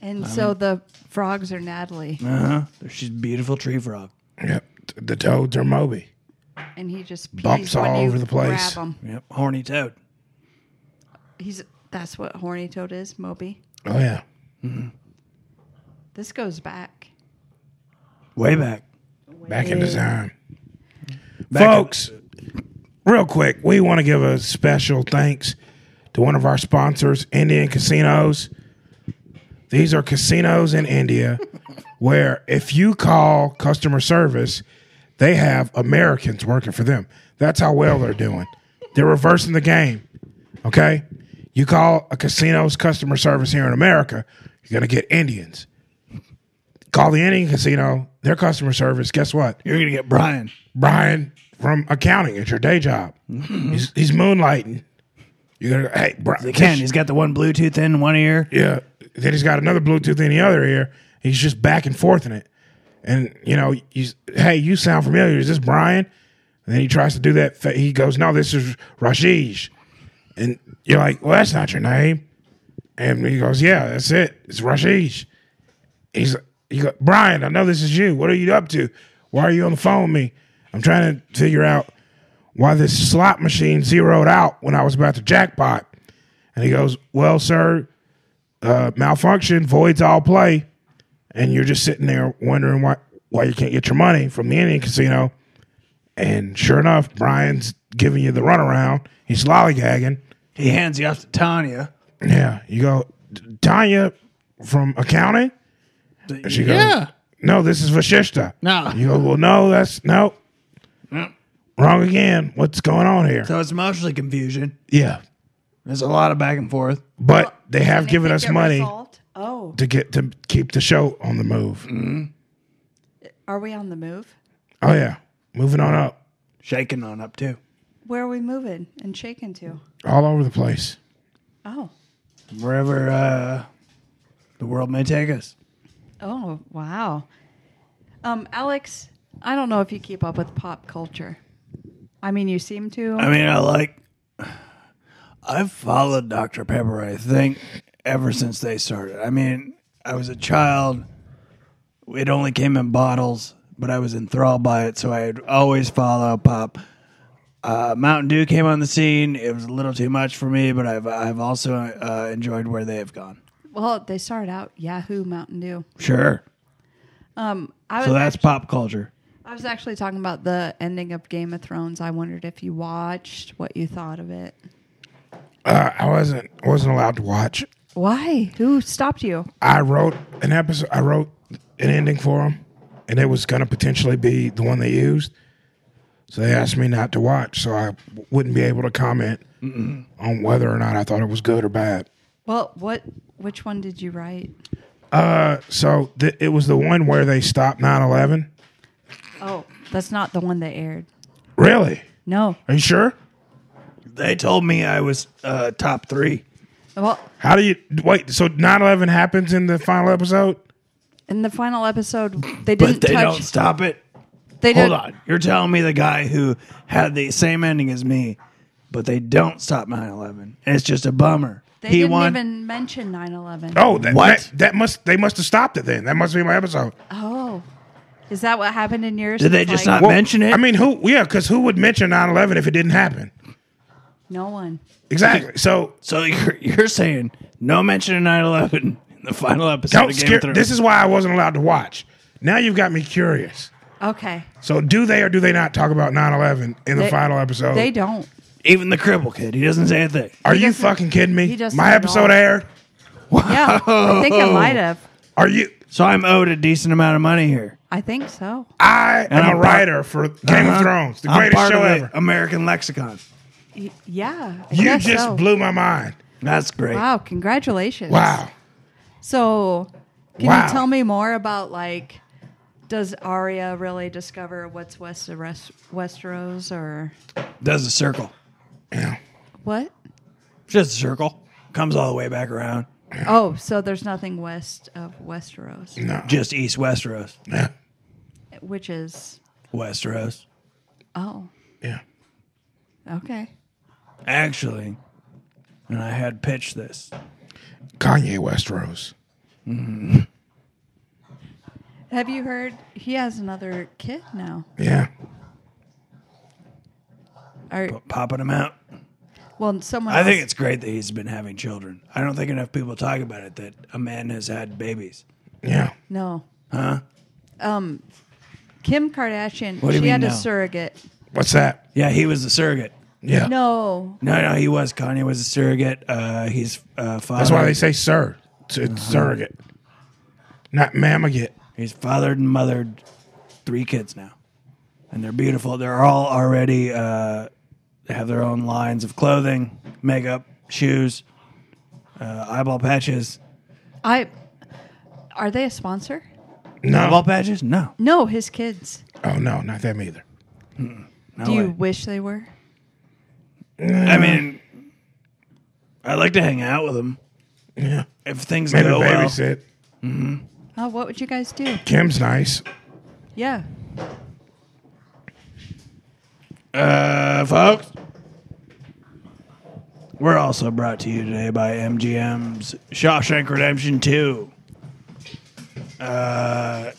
and so the frogs are Natalie, Uh huh. She's a beautiful tree frog. Yep. The toads are Moby. and he just pees Bumps when all you over the place. Grab him. Yep. Horny toad. He's that's what horny toad is, Moby. Oh yeah. This goes back. Way back. Back in the time. Back in- Folks, real quick, we want to give a special thanks to one of our sponsors, Indian Casinos. These are casinos in India where if you call customer service, they have Americans working for them. That's how well they're doing. They're reversing the game. Okay? You call a casino's customer service here in America, you're going to get Indians. Call the Indian casino, their customer service, guess what? You're gonna get Brian. Brian from accounting at your day job. He's, he's moonlighting. You're gonna hey Brian. Ken, he's got the one Bluetooth in one ear. Yeah. Then he's got another Bluetooth in the other ear. He's just back and forth in it. And, you know, he's, hey, you sound familiar. Is this Brian? And then he tries to do that. fa- He goes, no, this is Rashish. And you're like, well, that's not your name. And he goes, yeah, that's it. It's Rashish. He's he go, Brian, I know this is you. What are you up to? Why are you on the phone with me? I'm trying to figure out why this slot machine zeroed out when I was about to jackpot. And he goes, well, sir, uh, malfunction voids all play, and you're just sitting there wondering why why you can't get your money from the Indian casino. And sure enough, Brian's giving you the runaround. He's lollygagging. He hands you off to Tanya. Yeah, you go, Tanya from accounting. And she goes, Yeah. No, this is Vashishta. No. You go, well, no, that's no, Mm. wrong again. What's going on here? So it's mostly confusion. Yeah, There's a lot of back and forth. but they have Did given it us get money resolved? Oh, to get to keep the show on the move. are we on the move? Oh yeah, moving on up. Shaking on up too. Where are we moving and shaking to? all over the place. Oh, Wherever uh, the world may take us. oh, wow. Um, Alex, I don't know if you keep up with pop culture. I mean, you seem to. I mean, I like. I've followed Dr. Pepper, I think, ever since they started. I mean, I was a child. It only came in bottles, but I was enthralled by it, so I'd always follow pop. Uh, Mountain Dew came on the scene. It was a little too much for me, but I've I've also uh, enjoyed where they have gone. well, they started out Yahoo Mountain Dew. Sure. I was So that's pop culture. I was actually talking about the ending of Game of Thrones. I wondered if you watched, what you thought of it. Uh, I wasn't wasn't allowed to watch. Why? Who stopped you? I wrote an episode. I wrote an ending for them, and it was going to potentially be the one they used. So they asked me not to watch, so I w- wouldn't be able to comment on whether or not I thought it was good or bad. Well, what? Which one did you write? Uh, so th- it was the one where they stopped 9-11. Oh, that's not the one that aired. Really? No. Are you sure? They told me I was uh, top three. Well, How do you wait? So 9-11 happens in the final episode. in the final episode, they But didn't they touch. don't stop it. They Hold didn't- on. You're telling me the guy who had the same ending as me, but they don't stop 9 11. And it's just a bummer. They he didn't won. even mention 9/11. Oh, that, What? That, that must they must have stopped it then. That must be my episode. Oh. is that what happened in yours? Did they It's just like, not- mention it? I mean, who? Yeah, because who would mention 9-11 if it didn't happen? No one. Exactly. So so you're, you're saying no mention of 9 11 in the final episode don't of Game scare. of Thrones. This is why I wasn't allowed to watch. Now you've got me curious. Okay. So do they or do they not talk about 9-11 in the They- final episode? They don't. even the cripple kid. He doesn't say a thing. Are you doesn't- fucking kidding me? he doesn't My at episode all. aired. Yeah, I think I might have. Are you? So I'm owed a decent amount of money here. I think so. I am I'm a part- writer for Game Uh-huh. of Thrones, the I'm greatest part of show the ever. American lexicon. Y- yeah. I You guess just so. blew my mind. That's great. Wow! Congratulations. Wow. So, can Wow. you tell me more about like, does Arya really discover what's west of West, Westeros or Does a circle. Yeah. what? Just a circle. Comes all the way back around. Oh, so there's nothing west of Westeros, No. Just East Westeros. Yeah. which is Westeros. oh, Yeah. okay. Actually, and I had pitched this. Kanye Westeros. Have you heard he has another kid now? Yeah. Or popping them out. well, someone. I else- think it's great that he's been having children. I don't think enough people talk about it that a man has had babies. Yeah. no. Huh? Um, Kim Kardashian. What do she you mean had a no? surrogate. What's that? Yeah, he was the surrogate. Yeah. No, No, no, he was. Kanye was a surrogate. Uh, he's uh, father. That's why they say sir. It's, it's surrogate, not mammagate. he's fathered and mothered three kids now. and they're beautiful. They're all already uh, have their own lines of clothing, makeup, shoes, uh, eyeball patches. I are they a sponsor? Eyeball No. patches? No. No, his kids. Oh no, not them either. no Do you way. wish they were? I mean, I like to hang out with them Yeah. if things Maybe go well. babysit. Oh, what would you guys do? Kim's nice. Yeah. Uh, folks, we're also brought to you today by MGM's Shawshank Redemption 2. Uh,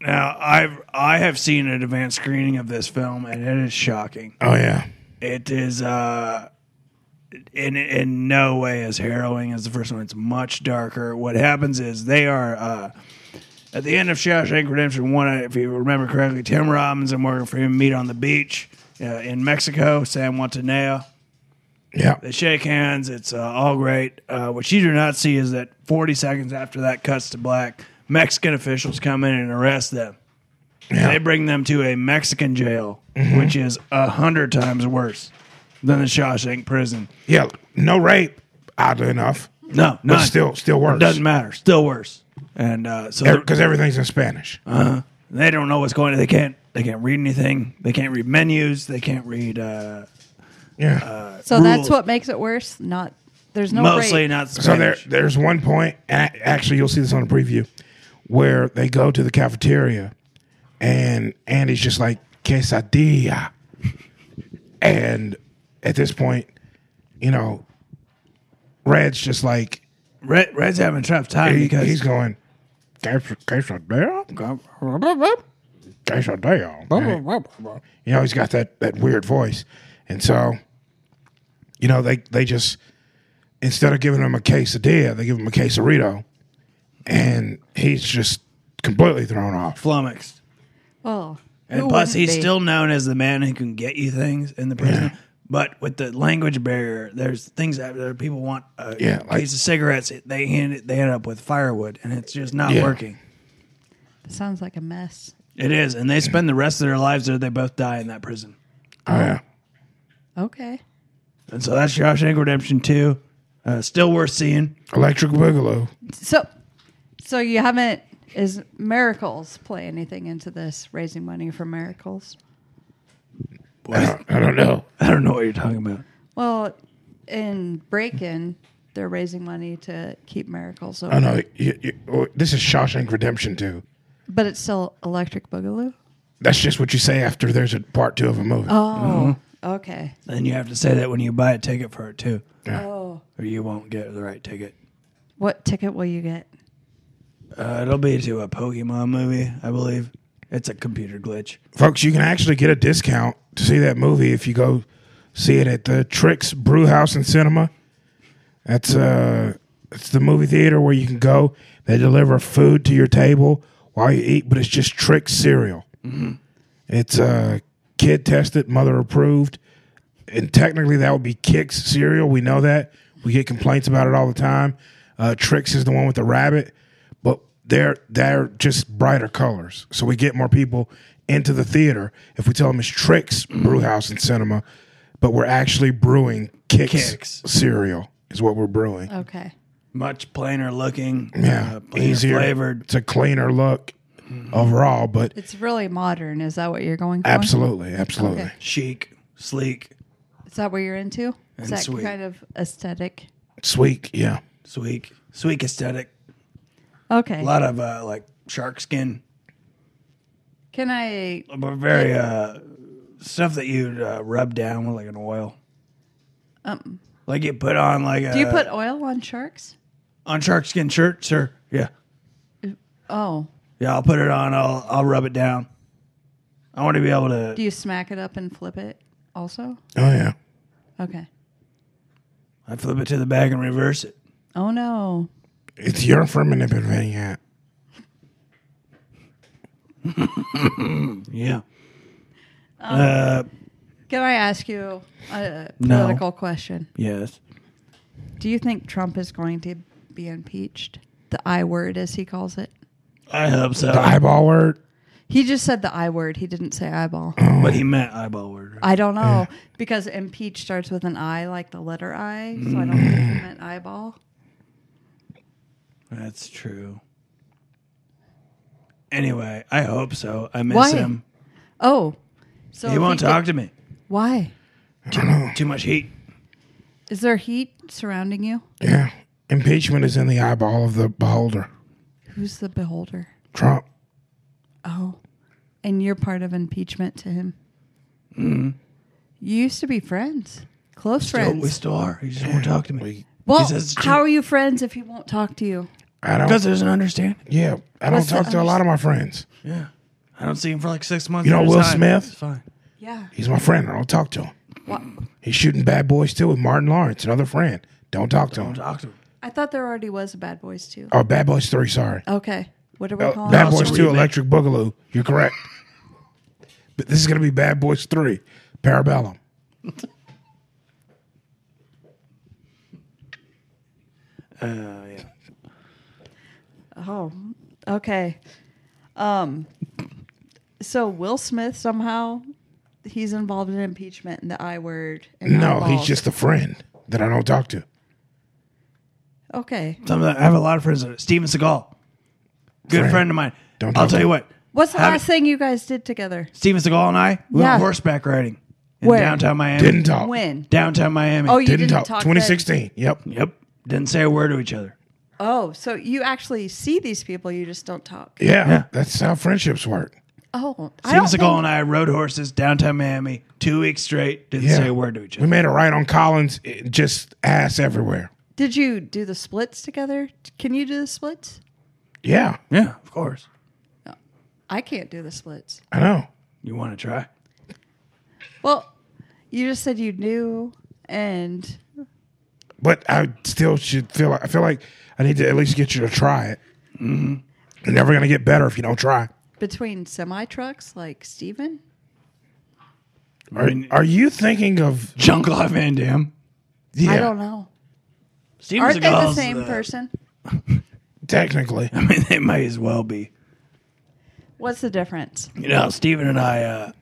now, I've, I have seen an advanced screening of this film, and it is shocking. Oh yeah. It is uh, in, in no way as harrowing as the first one. It's much darker. What happens is they are. Uh, at the end of Shawshank Redemption 1, if you remember correctly, Tim Robbins and Morgan Freeman meet on the beach uh, in Mexico, San Juanitaneo. Yeah. They shake hands. It's uh, all great. Uh, what you do not see is that 40 seconds after that cuts to black, Mexican officials come in and arrest them. Yeah. Mm-hmm. They bring them to a Mexican jail, which is a hundred times worse than the Shawshank prison. Yeah. No rape, oddly enough. No, But no, still still worse. doesn't matter. Still worse. And uh, so they're- uh-huh. because everything's in Spanish. Uh, they don't know what's going on. They can't. They can't read anything. They can't read menus. They can't read. Uh, yeah. So Rules. that's what makes it worse. Not there's no mostly rape. not So there, Spanish. there's one point, and I- actually, you'll see this on a preview, where they go to the cafeteria, and Andy's just like quesadilla, and at this point, you know, Red's just like Red, Red's having a tough time he- because he's going "Ques- quesadilla, quesadilla. And you know, he's got that that weird voice, and so, you know, they they just instead of giving him a quesadilla, they give him a quesarito, and he's just completely thrown off. flummoxed. Well, And who plus, wouldn't he's be? still known as the man who can get you things in the prison. But with the language barrier, there's things out there. People want a Yeah, like- case of cigarettes. it- They end it, they end up with firewood, and it's just not Yeah. working. sounds like a mess. It is, and they spend the rest of their lives there. They both die in that prison, Oh yeah, Okay. and so that's Shawshank Redemption two. Uh, still worth seeing. Electric Boogaloo. So so you haven't is miracles play anything into this raising money for miracles? I don't, I don't know. I don't know what you're talking about. Well, in Breakin, they're raising money to keep miracles I open. don't know. You- you- oh, this is Shawshank Redemption too. But it's still Electric Boogaloo. That's just what you say after there's a part two of a movie. Oh, Mm-hmm. okay. And you have to say that when you buy a ticket for it too, Oh, or you won't get the right ticket. what ticket will you get? Uh, it'll be to a Pokemon movie, I believe. It's a computer glitch. Folks, you can actually get a discount to see that movie if you go see it at the Tricks Brew House and Cinema. That's uh it's the movie theater where you can go. They deliver food to your table while you eat, but it's just Trix cereal. It's uh kid tested, mother approved. And technically that would be Kix cereal. We know that. We get complaints about it all the time. Uh Trix is the one with the rabbit, but they're they're just brighter colors. So we get more people into the theater if we tell them it's Trix Brew House and Cinema, but we're actually brewing Kix, Kix. cereal is what we're brewing. Okay. much plainer looking, Yeah, uh, plainer easier. flavored. Mm-hmm. It's a cleaner look overall, but It's really modern. Is that what you're going for? absolutely, absolutely. Okay. chic, sleek, Is that what you're into? Is that sweet. kind of aesthetic? Sweet, yeah. sweet, sweet aesthetic. Okay. A lot of uh, like shark skin, Can I? but very uh, stuff that you'd uh, rub down with like an oil. Um, Like you put on like a do you put oil on sharks? on shark skin shirt, sir? Yeah, Oh, yeah. I'll put it on. I'll I'll rub it down. I want to be able to. do you smack it up and flip it also? Oh yeah. Okay. I flip it to the back and reverse it. Oh no. It's your affirmative advance. Yeah. Um. uh, Can I ask you a No. political question? yes. Do you think Trump is going to be impeached? The I word, as he calls it. I hope so. The eyeball word. He just said the I word. He didn't say eyeball. But he meant eyeball word. right? I don't know because impeach starts with an I, like the letter I. So I don't think he meant eyeball. That's true. Anyway, I hope so. I miss Why? him. Oh, so he if won't could- talk to me. Why Too, too much heat. is there heat surrounding you? Yeah. Impeachment is in the eyeball of the beholder. Who's the beholder? Trump. Oh, and you're part of impeachment to him. You used to be friends, close Mm-hmm. Still, we friends. still are. He just won't talk to me. We, Well, says it's how are you friends if he won't talk to you? I don't. Because there's an understanding. yeah, I don't What's the talk to a lot of my friends. Yeah. I don't see him for like six months. You know at a Will time. Smith? It's fine. Yeah. He's my friend. I don't talk to him. Wha- He's shooting Bad Boys too with Martin Lawrence, another friend. Don't talk to Won't him. talk to him. I thought there already was a Bad Boys too. Oh, Bad Boys Three. Sorry. Okay. What are we Oh, calling Bad it? House Boys of Two, Remake. Electric Boogaloo. You're correct. but this is gonna be Bad Boys Three, Parabellum. Uh, yeah. Oh, okay. Um, so Will Smith somehow he's involved in impeachment and the I word. And No, eyeballs. he's just a friend that I don't talk to. okay. Some of the, I have a lot of friends. that- Steven Seagal, good Friend. friend, of mine. Don't I'll talk tell to you him. what. What's the Have- last thing you guys did together? Steven Seagal and I we Yeah. went horseback riding in Where? downtown Miami. Didn't talk. When? Downtown Miami. Oh, you Oh, Didn't, didn't, talk. talk. then. 2016. Yep. yep. Didn't say a word to each other. Oh, so you actually see these people, you just don't talk. Yeah, Yeah. That's how friendships work. Oh, I Steven don't Seagal think, and I rode horses downtown Miami two weeks straight. Didn't Yeah. say a word to each We other. made a right on Collins, it- just ass everywhere. did you do the splits together? Can you do the splits? Yeah, Yeah, of course. I can't do the splits. I know. You want to try? Well, you just said you knew and But I still should feel. I feel like I need to at least get you to try it. Mm-hmm. You're never gonna get better if you don't try. between semi trucks like Steven? Are, mean- are you thinking of? Jean Claude Van Damme. Yeah, I don't know. Steven Aren't they the Seagal's same person? technically. I mean, they might as well be. What's the difference? You know, Steven and I, uh,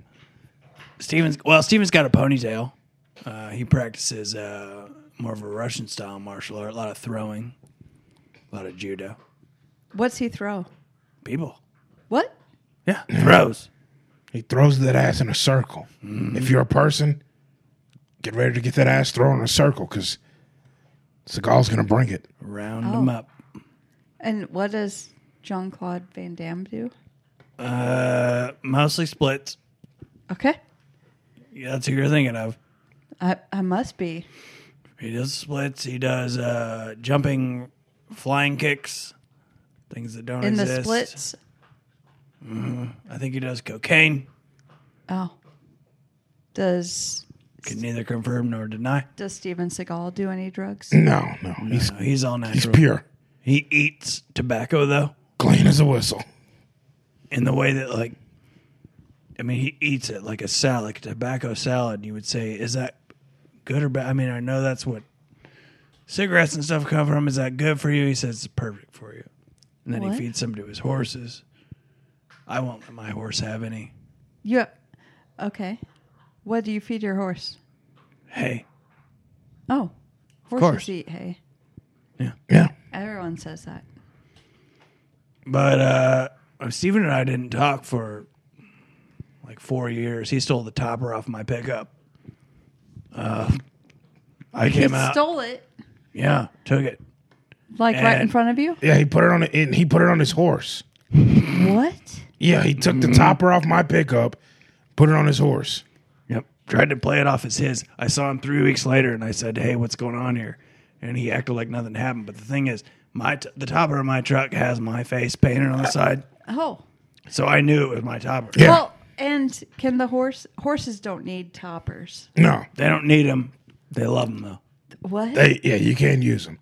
Steven's, well, Steven's got a ponytail. Uh, he practices uh, more of a Russian style martial art, a lot of throwing, a lot of judo. What's he throw? People. What? Yeah. Throws. He throws that ass in a circle. If you're a person, get ready to get that ass thrown in a circle because Seagal's gonna bring it. Round Oh. them up. And what does Jean Claude Van Damme do? Uh, mostly splits. Okay. Yeah, that's who you're thinking of. I, I must be. He does splits. He does uh, jumping, flying kicks, things that don't In exist. the splits. I think he does cocaine. Oh. Does Can neither confirm nor deny. does Steven Seagal do any drugs? No, no, he's No, he's all natural. he's pure, He eats tobacco though, clean as a whistle. in the way that like, I mean, he eats it like a salad, like a tobacco salad. You would say, is that good or bad? I mean, I know that's what cigarettes and stuff come from. Is that good for you? He says it's perfect for you. And then What? he feeds some to his horses. I won't let my horse have any. You okay. What do you feed your horse? Hey, Oh. Horses course. eat hay. Yeah, Everyone says that. but uh Steven and I didn't talk for like four years. He stole the topper off my pickup. Uh, I came he out. stole it Yeah, took it. like right in And- front of you? yeah, he put it on it. and He put it on his horse. What? Yeah, he took the Mm-hmm. topper off my pickup, put it on his horse. Yep. Tried to play it off as his. I saw him three weeks later, and I said, "Hey, what's going on here?" And he acted like nothing happened. But the thing is, my t- the topper of my truck has my face painted on the side, Oh. so I knew it was my topper. Yeah. Well, and can the horse horses don't need toppers? No, They don't need him. They love him though. What? They, yeah, you can use them.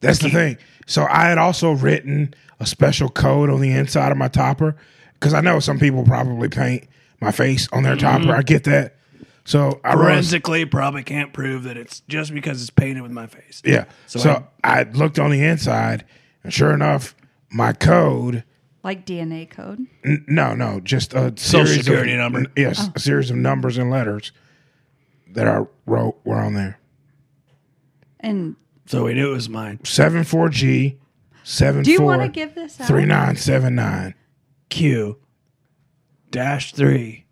That's the thing. So I had also written a special code on the inside of my topper because I know some people probably paint my face on their Mm-hmm. topper. I get that. So I wrote, Forensically, probably can't prove that it's just because it's painted with my face. yeah. So So, I, looked on the inside, and sure enough, my code Like DNA code. N- no, no, just a Social series Security of, number. Oh. Yes, a series of numbers and letters that I wrote were on there. And So we knew it was mine. Seven four G, seven do you four want to give this out? three nine seven nine. Q dash three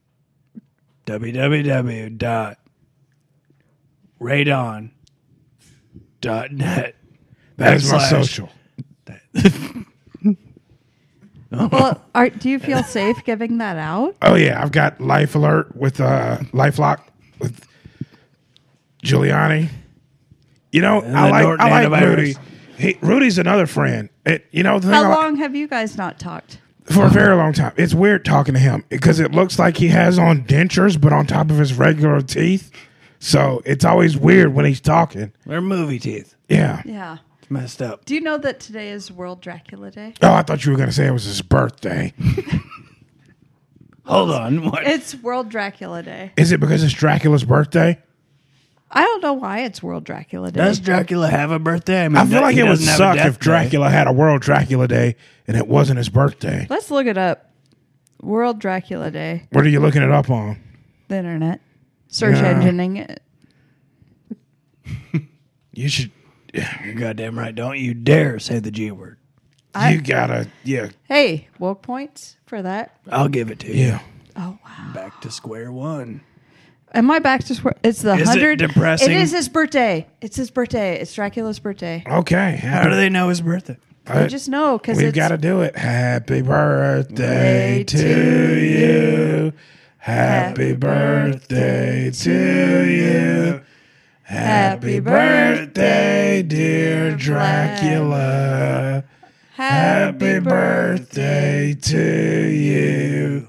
www dot radon dot net. That is my Backslash. social. Well, are, do you feel safe giving that out? Oh yeah, I've got Life Alert with uh LifeLock with Giuliani. You know, the I like Norton I like antivirus. Rudy. He, Rudy's another friend. It, you know, the thing I How like- long have you guys not talked? for a very long time. It's weird talking to him because it looks like he has on dentures, but on top of his regular teeth. So it's always weird when he's talking. They're movie teeth. Yeah. Yeah. It's messed up. Do you know that today is World Dracula Day? Oh, I thought you were gonna say it was his birthday. Hold on. What? It's World Dracula Day. Is it because it's Dracula's birthday? I don't know why it's World Dracula Day. Does Dracula have a birthday? mean, I feel like he it would doesn't have a suck death if day. Dracula had a World Dracula Day and it wasn't his birthday. Let's look it up. World Dracula Day. What are you looking it up on? The internet. Search Yeah. engineing it. You should. You're goddamn right. Don't you dare say the G word. I- you gotta. Yeah. Hey, woke points for that. I'll give it to you. Yeah. Oh wow. Back to square one. Am I back to swear? It's the Is it hundred. depressing? It is his birthday. It's his birthday. It's Dracula's birthday. Okay. How do they know his birthday? I just know because We've it's got to do it. Happy Day birthday to you. Happy Happy birthday to you. Happy Happy birthday, dear Vlad. Dracula. Happy birthday to you.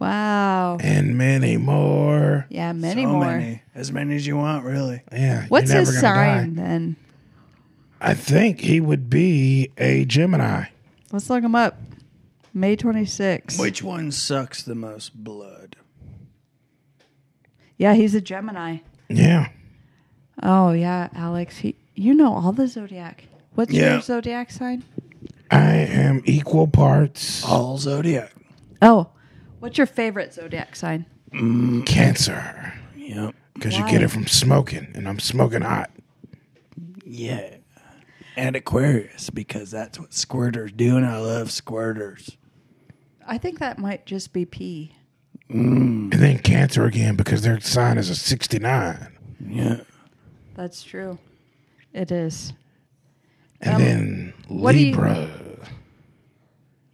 Wow. And many more. Yeah, many so more. many. As many as you want, really. Yeah. you're What's never his gonna die. sign then? I think he would be a Gemini. Let's look him up. May 26th. Which one sucks the most blood? Yeah, he's a Gemini. Yeah. Oh yeah, Alex. He, you know all the zodiac. What's Yeah. your zodiac sign? I am equal parts All zodiac. Oh, what's your favorite zodiac sign? cancer. Yep. Because you Why? get it from smoking, and I'm smoking hot. Yeah. And Aquarius, because that's what squirters do, and I love squirters. I think that might just be P. Mm, And then cancer again because their sign is a 69. Yeah. That's true. It is. And Um, then what do you- Libra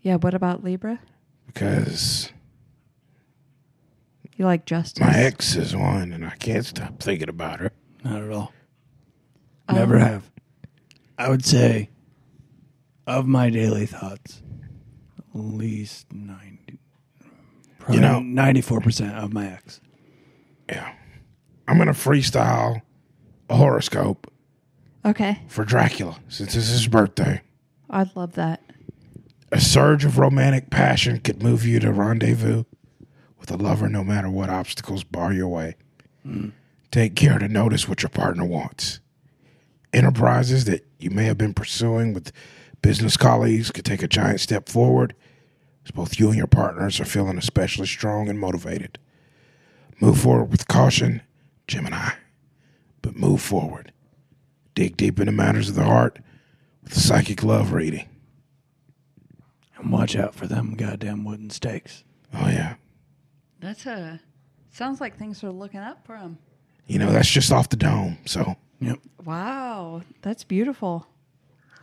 Yeah. What about Libra? because You like justice? my ex is one, and I can't stop thinking about her. Not at all. Um, Never have. I would say, of my daily thoughts, at least 90. Probably know- 94% of my ex. Yeah. I'm going to freestyle a horoscope Okay, for Dracula since it's his birthday. I'd love that. A surge of romantic passion could move you to rendezvous with a lover no matter what obstacles bar your way. Take care to notice what your partner wants. Enterprises that you may have been pursuing with business colleagues could take a giant step forward as both you and your partners are feeling especially strong and motivated. Move forward with caution, Gemini, but move forward. Dig deep into matters of the heart with a psychic love reading. And watch out for them goddamn wooden stakes. Oh, yeah. That's a. Sounds like things are looking up for him. You know, that's just off the dome. So, Yep. Wow, that's beautiful.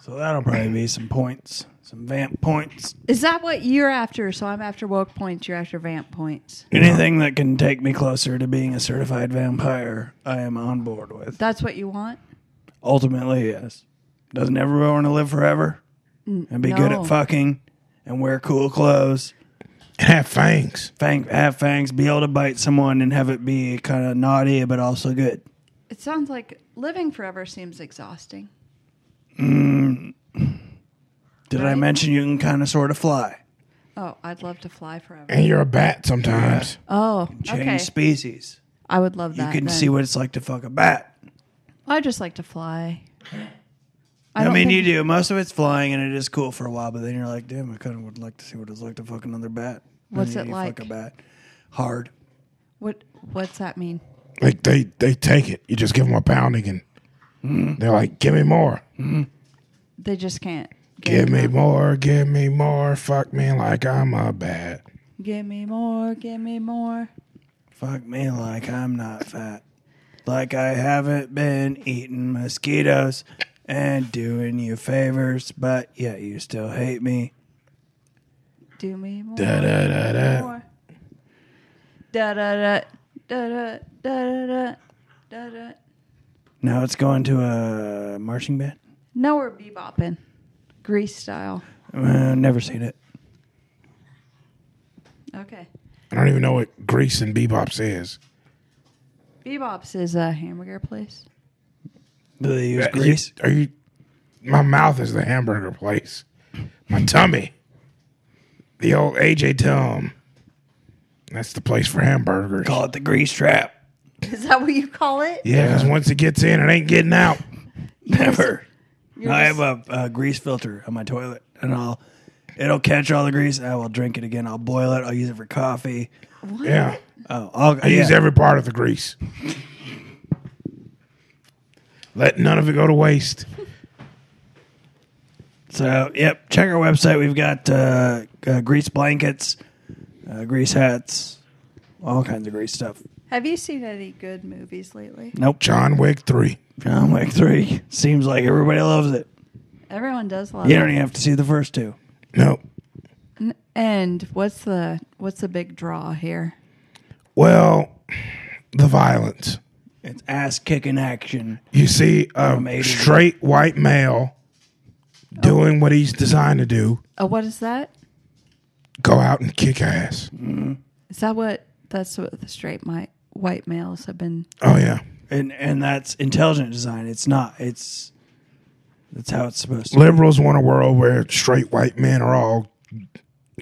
So that'll probably be some points, some vamp points. Is that what you're after? So I'm after woke points. You're after vamp points. Anything that can take me closer to being a certified vampire, I am on board with. That's what you want. Ultimately, yes. Doesn't everyone want to live forever and be good no. at fucking and wear cool clothes, and have fangs. fang, have fangs, be able to bite someone and have it be kind of naughty but also good? It sounds like living forever seems exhausting. Did I Right. mention you can kind of sort of fly? Oh, I'd love to fly forever. And you're a bat sometimes. Oh, Change okay. species. I would love You that. can then. see what it's like to fuck a bat. I just like to fly. I, I, don't mean, think- you do. Most of it's flying, and it is cool for a while. But then you're like, damn, I kind of would like to see what it's like to fuck another bat. And What's you- it you like? Fuck a bat, hard. What what's that mean? Like they they take it. You just give them a pounding, and they're like, "Give me more, They just can't. give me enough. more, give me more. Fuck me like I'm a bat." Give me more. Give me more. Fuck me like I'm not fat. Like I haven't been eating mosquitoes and doing you favors, but yet you still hate me. Do me more. Da da da da. more. Da da da da da da da da da. Now it's going to a marching band. Now we're bebopping, Grease style. Uh, never seen it. Okay. I don't even know what Grease and Bebop says. Bebop's is a hamburger place. Do they use Uh, you- grease? Are you? My mouth is the hamburger place. My tummy. The old AJ Tum. That's the place for hamburgers. Call it the grease trap. Is that what you call it? Yeah, because once it gets in, it ain't getting out. Never. You're I just- have a, a grease filter on my toilet, and I'll it'll catch all the grease. I will drink it again. I'll boil it. I'll use it for coffee. What? Yeah. Oh, I'll, I use every part of the grease. Let none of it go to waste. So, yep, check our website. We've got uh, uh, grease blankets, uh, grease hats, all kinds of grease stuff. Have you seen any good movies lately? Nope. John Wick 3. John Wick 3. Seems like everybody loves it. Everyone does love You don't it. even have to see the first two. No. And what's the what's the big draw here? Well, the violence. It's ass kicking action. You see a Amazing. straight white male doing what he's designed to do Oh, what is that? go out and kick ass. Is that what that's what the straight mi- white males have been? Oh, yeah. And and that's intelligent design. It's not. It's that's how it's supposed to. Liberals want a world where straight white men are all be.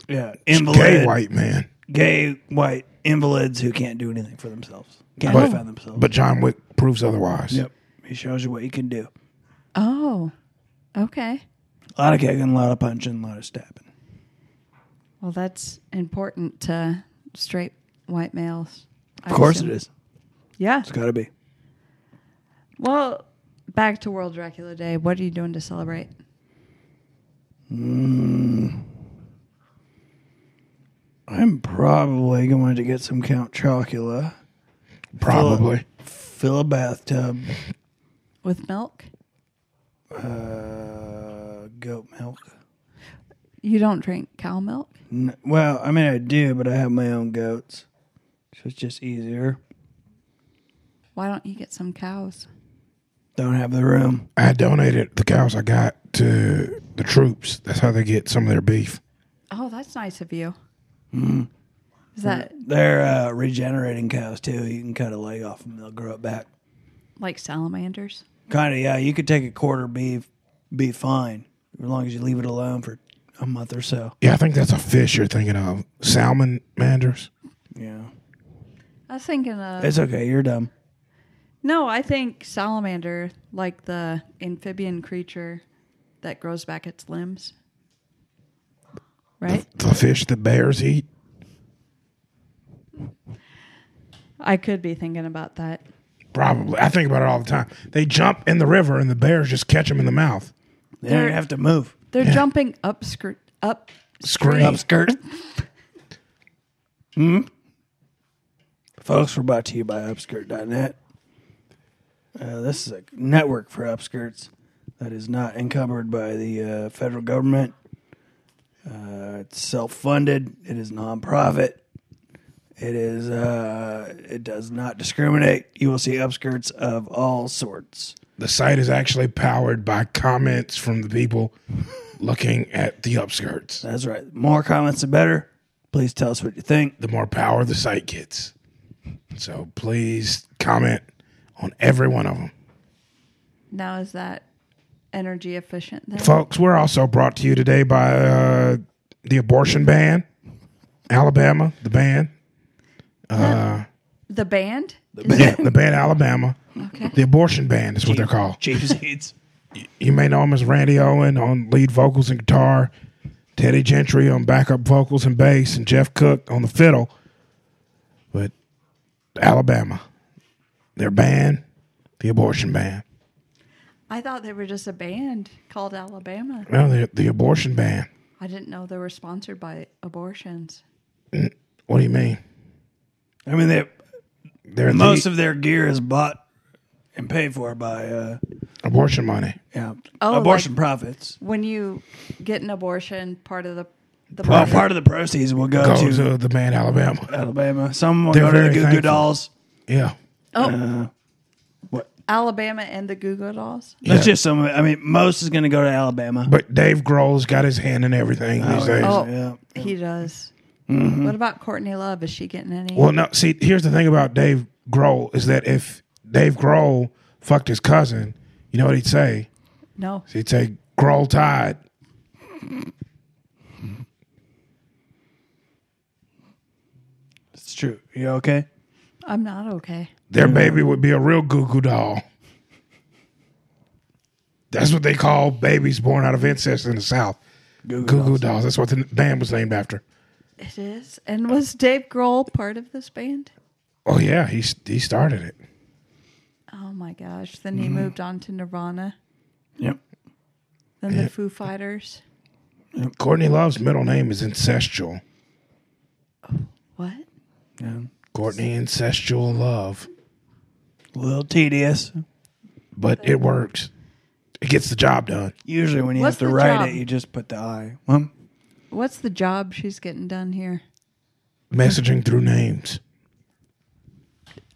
Yeah, gay invalid, white men. gay white invalids who can't do anything for themselves, can't But- defend themselves. But John Wick proves otherwise. yep, he shows you what you can do. Oh, okay. A lot of kicking, a lot of punching, a lot of stabbing. Well, that's important to straight white males. Of course it is. Yeah. It's got to be. Well, back to World Dracula Day. What are you doing to celebrate? I'm probably going to get some Count Chocula, Probably. fill a bathtub, With milk? uh, goat milk. You don't drink cow milk? N- well, I mean, I do, but I have my own goats, so it's just easier. Why don't you get some cows? Don't have the room. I donated the cows I got to the troops. That's how they get some of their beef. Oh, that's nice of you. Mm-hmm. Is that They're uh, regenerating cows too. You can cut a leg off them; they'll grow it back. like salamanders? Kind of, yeah. You could take a quarter beef, be fine, as long as you leave it alone for a month or so. Yeah, I think that's a fish you're thinking of. Salmon manders. Yeah, I was thinking of. it's okay. You're dumb. no, I think salamander, like the amphibian creature that grows back its limbs. Right? The fish that bears eat. I could be thinking about that. Probably. I think about it all the time. They jump in the river and the bears just catch them in the mouth. They don't They're- have to move. They're jumping up, scr- up Scream. Upskirt. hmm. Folks, we're brought to you by Upskirt.net. Uh, this is a network for upskirts that is not encumbered by the uh, federal government. Uh, it's self-funded. It is nonprofit. It is. Uh, it does not discriminate. You will see upskirts of all sorts. The site is actually powered by comments from the people looking at the upskirts. That's right. More comments, the better. Please tell us what you think. The more power the site gets. So please comment on every one of them. Now is that energy efficient then? Folks, we're also brought to you today by uh, the abortion ban, Alabama, the ban, the band? yeah, the ban Alabama, Okay. the abortion ban is what they're called. Cheap seats. You may know him as Randy Owen on lead vocals and guitar, Teddy Gentry on backup vocals and bass, and Jeff Cook on the fiddle. But Alabama, their band, the abortion band. I thought they were just a band called Alabama. No, the, the abortion band. I didn't know they were sponsored by abortions. Mm, What do you mean? I mean, they, They're most the of their gear is bought and paid for by uh, abortion money. yeah, Oh, abortion like- profits. When you get an abortion, part of the the Well, part of the proceeds will go Go to to the band Alabama. Alabama. Some will They're go to the very Goo Goo thankful. Uh, Dolls. Yeah. oh, What? Alabama and the Goo Goo Dolls. That's Yeah. just some. of it. I mean, most is going to go to Alabama. But Dave Grohl's got his hand in everything these days. Oh, yeah. he does. What about Courtney Love? Is she getting any? Well, no. See, here's the thing about Dave Grohl is that if Dave Grohl fucked his cousin, you know what he'd say? no. He'd say, "Grohl tied." It's true. You okay? I'm not okay. Their baby would be a real goo goo doll. That's what they call babies born out of incest in the South. Goo Goo goo dolls. That's what the band was named after. It is. And was Dave Grohl part of this band? Oh yeah, he he started it. Oh my gosh. Then he moved on to Nirvana, Yep. then the Foo Fighters. Courtney Love's middle name is Incestual. What? Yeah. Courtney Incestual Love. A little tedious. But it works. It gets the job done. Usually, when you What's have to the write job? it, you just put the I. Well, What's the job she's getting done here? Messaging through names.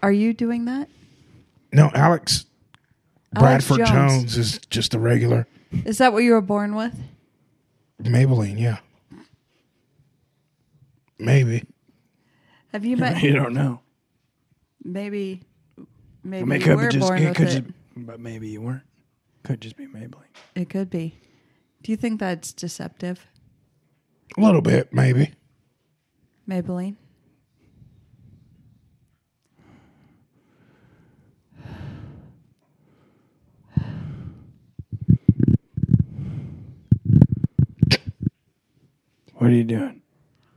Are you doing that? No, Alex Alex Bradford Jones. Jones. is just a regular Is that what you were born with? Maybelline, yeah. Maybe. Have you met? you don't know. Maybe, maybe It you could be were just. born It with could it. just. But maybe you weren't. Could just be Maybelline. It could be. Do you think that's deceptive, A little bit, maybe. Maybelline? What are you doing?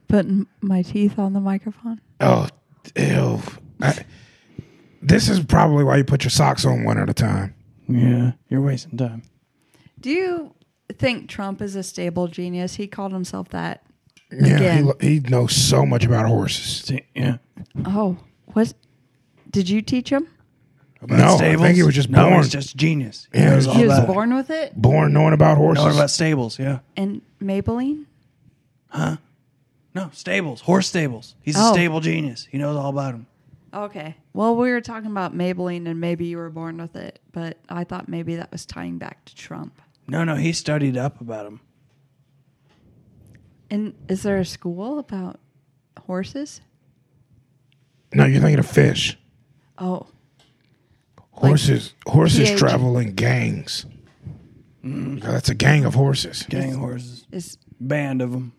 Putting my teeth on the microphone. Oh, ew. I, this is probably why you put your socks on one at a time. Yeah, you're wasting time. Do you think Trump is a stable genius? He called himself that. Yeah, he Again. lo- he, he knows so much about horses. See, yeah. Oh, what? Did you teach him? About No, I think he was just no, born. He's just genius. Yeah, knows he all He was about it. born with it. Born knowing about horses. No, what about stables? Yeah. And Maybelline. No, stables. Horse stables. He's a Oh. stable genius. He knows all about them. Okay. Well, we were talking about Maybelline, and maybe you were born with it, but I thought maybe that was tying back to Trump. No, no, he studied up about them. And is there a school about horses? no, you're thinking of fish. Oh, Horses horses PH. travel in gangs. Mm-hmm. That's a gang of horses. Gang horses. is Band of them.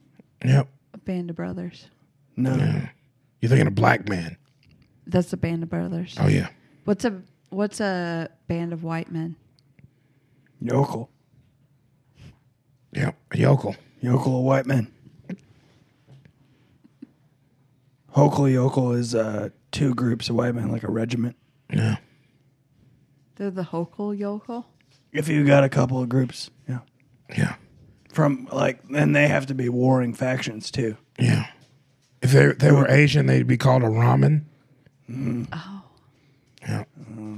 Yep. a band of brothers. No. You're thinking of black man. That's a band of brothers. Oh yeah. What's a what's a band of white men? Yokel. Yep. A yokel. Yokel of white men. Hokel yokel is uh, two groups of white men, like a regiment. Yeah. They're the Hokel Yokel. If you got a couple of groups, yeah. Yeah. From like, and they have to be warring factions too. Yeah. If they they were Asian, they'd be called a ramen. Oh. Uh,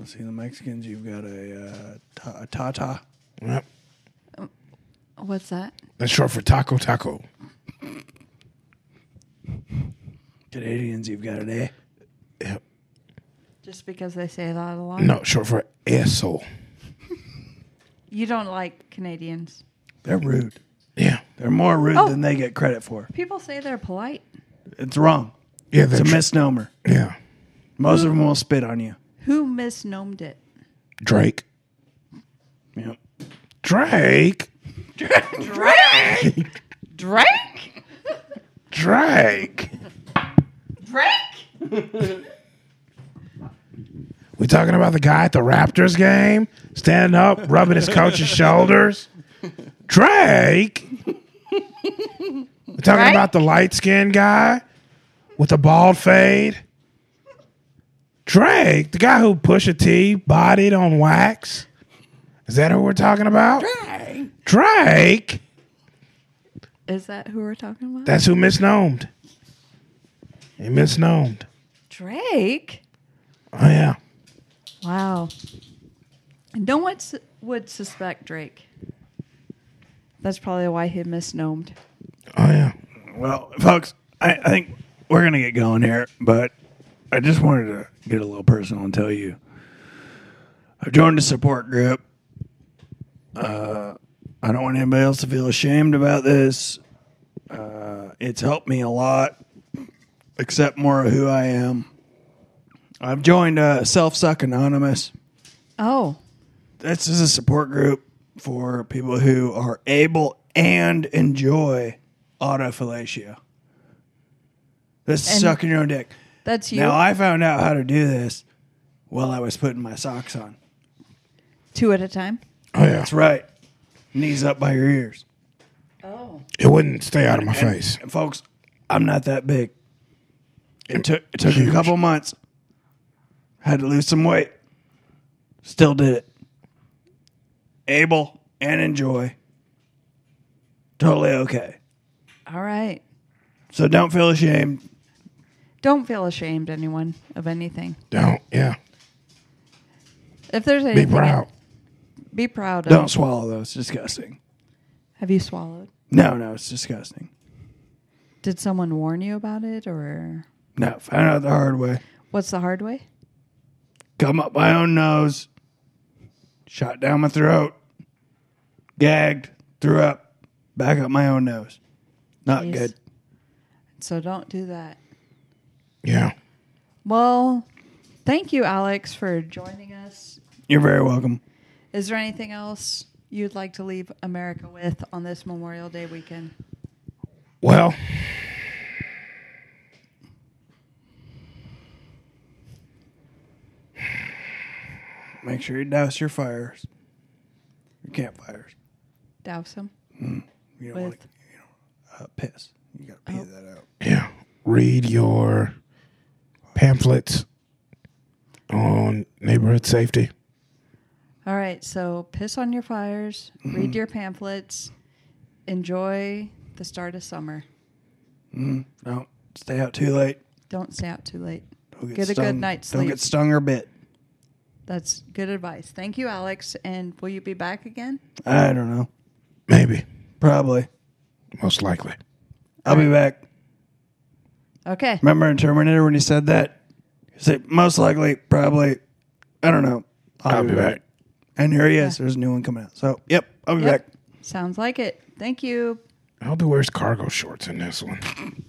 see, the Mexicans, you've got a, uh, ta- a tata. Yeah. Yep. What's that? That's short for taco taco. Canadians, you've got an A. Yep. Just because they say that a lot. No, short for asshole. You don't like Canadians. They're rude. Yeah. They're more rude Oh. than they get credit for. People say they're polite. It's wrong. Yeah. It's That's a misnomer. yeah. Most of them will spit on you. Who misnomed it? Drake. Yep. Drake. Drake. Drake. Drake. Drake. We talking about the guy at the Raptors game? standing up, rubbing his coach's shoulders. Drake. We're talking Right? about the light skinned guy with the bald fade. Drake, the guy who Pusha T bodied on wax. Is that who we're talking about? Drake. Is that who we're talking about? That's who misnomed. He misnomed. Drake. Oh yeah. Wow. No one su- would suspect Drake. That's probably why he misnomed. Oh yeah. Well, folks, I, I think we're going to get going here, but I just wanted to get a little personal and tell you I've joined a support group. Uh, I don't want anybody else to feel ashamed about this. Uh, it's helped me a lot, accept more of who I am. I've joined uh, Self Suck Anonymous. Oh, This is a support group for people who are able and enjoy autophilasia. This is And- sucking your own dick. that's you. Now I found out how to do this while I was putting my socks on. Two at a time. Oh yeah. That's right. Knees up by your ears. Oh. It wouldn't stay out of my face. And folks, I'm not that big. It took it took a couple months. Had to lose some weight. Still did it. Able and enjoy. Totally okay. All right. So don't feel ashamed. Don't feel ashamed, anyone, of anything. Don't. Yeah. If there's Be anything, proud. Be proud. Of, Don't swallow those. It's disgusting. Have you swallowed? No, no, it's disgusting. Did someone warn you about it, or No, found out the hard way. what's the hard way? Come up my own nose. Shot down my throat. Gagged. Threw up. Back up my own nose. Not Jeez. good. So don't do that. Yeah. Well, thank you, Alex, for joining us. You're very welcome. Is there anything else you'd like to leave America with on this Memorial Day weekend? Well. Make sure you douse your fires. Your campfires. Douse them You don't want with. Oh. to uh, piss. You got to pee that out. Yeah. Read your pamphlets on neighborhood safety. All right, so piss on your fires, Mm-hmm. read your pamphlets, enjoy the start of summer. Don't stay out too late. Don't stay out too late. Don't Get a good stung. night's Don't sleep. get stung or bit. That's good advice. Thank you, Alex. And will you be back again? I don't know. Maybe. Probably. Most likely. I'll be back. Okay. Remember in Terminator when he said that? He said, most likely, probably, I don't know. I'll be back. And here he is. There's a new one coming out. So, yep, I'll be Yep. back. Sounds like it. Thank you. I hope he wears cargo shorts in this one.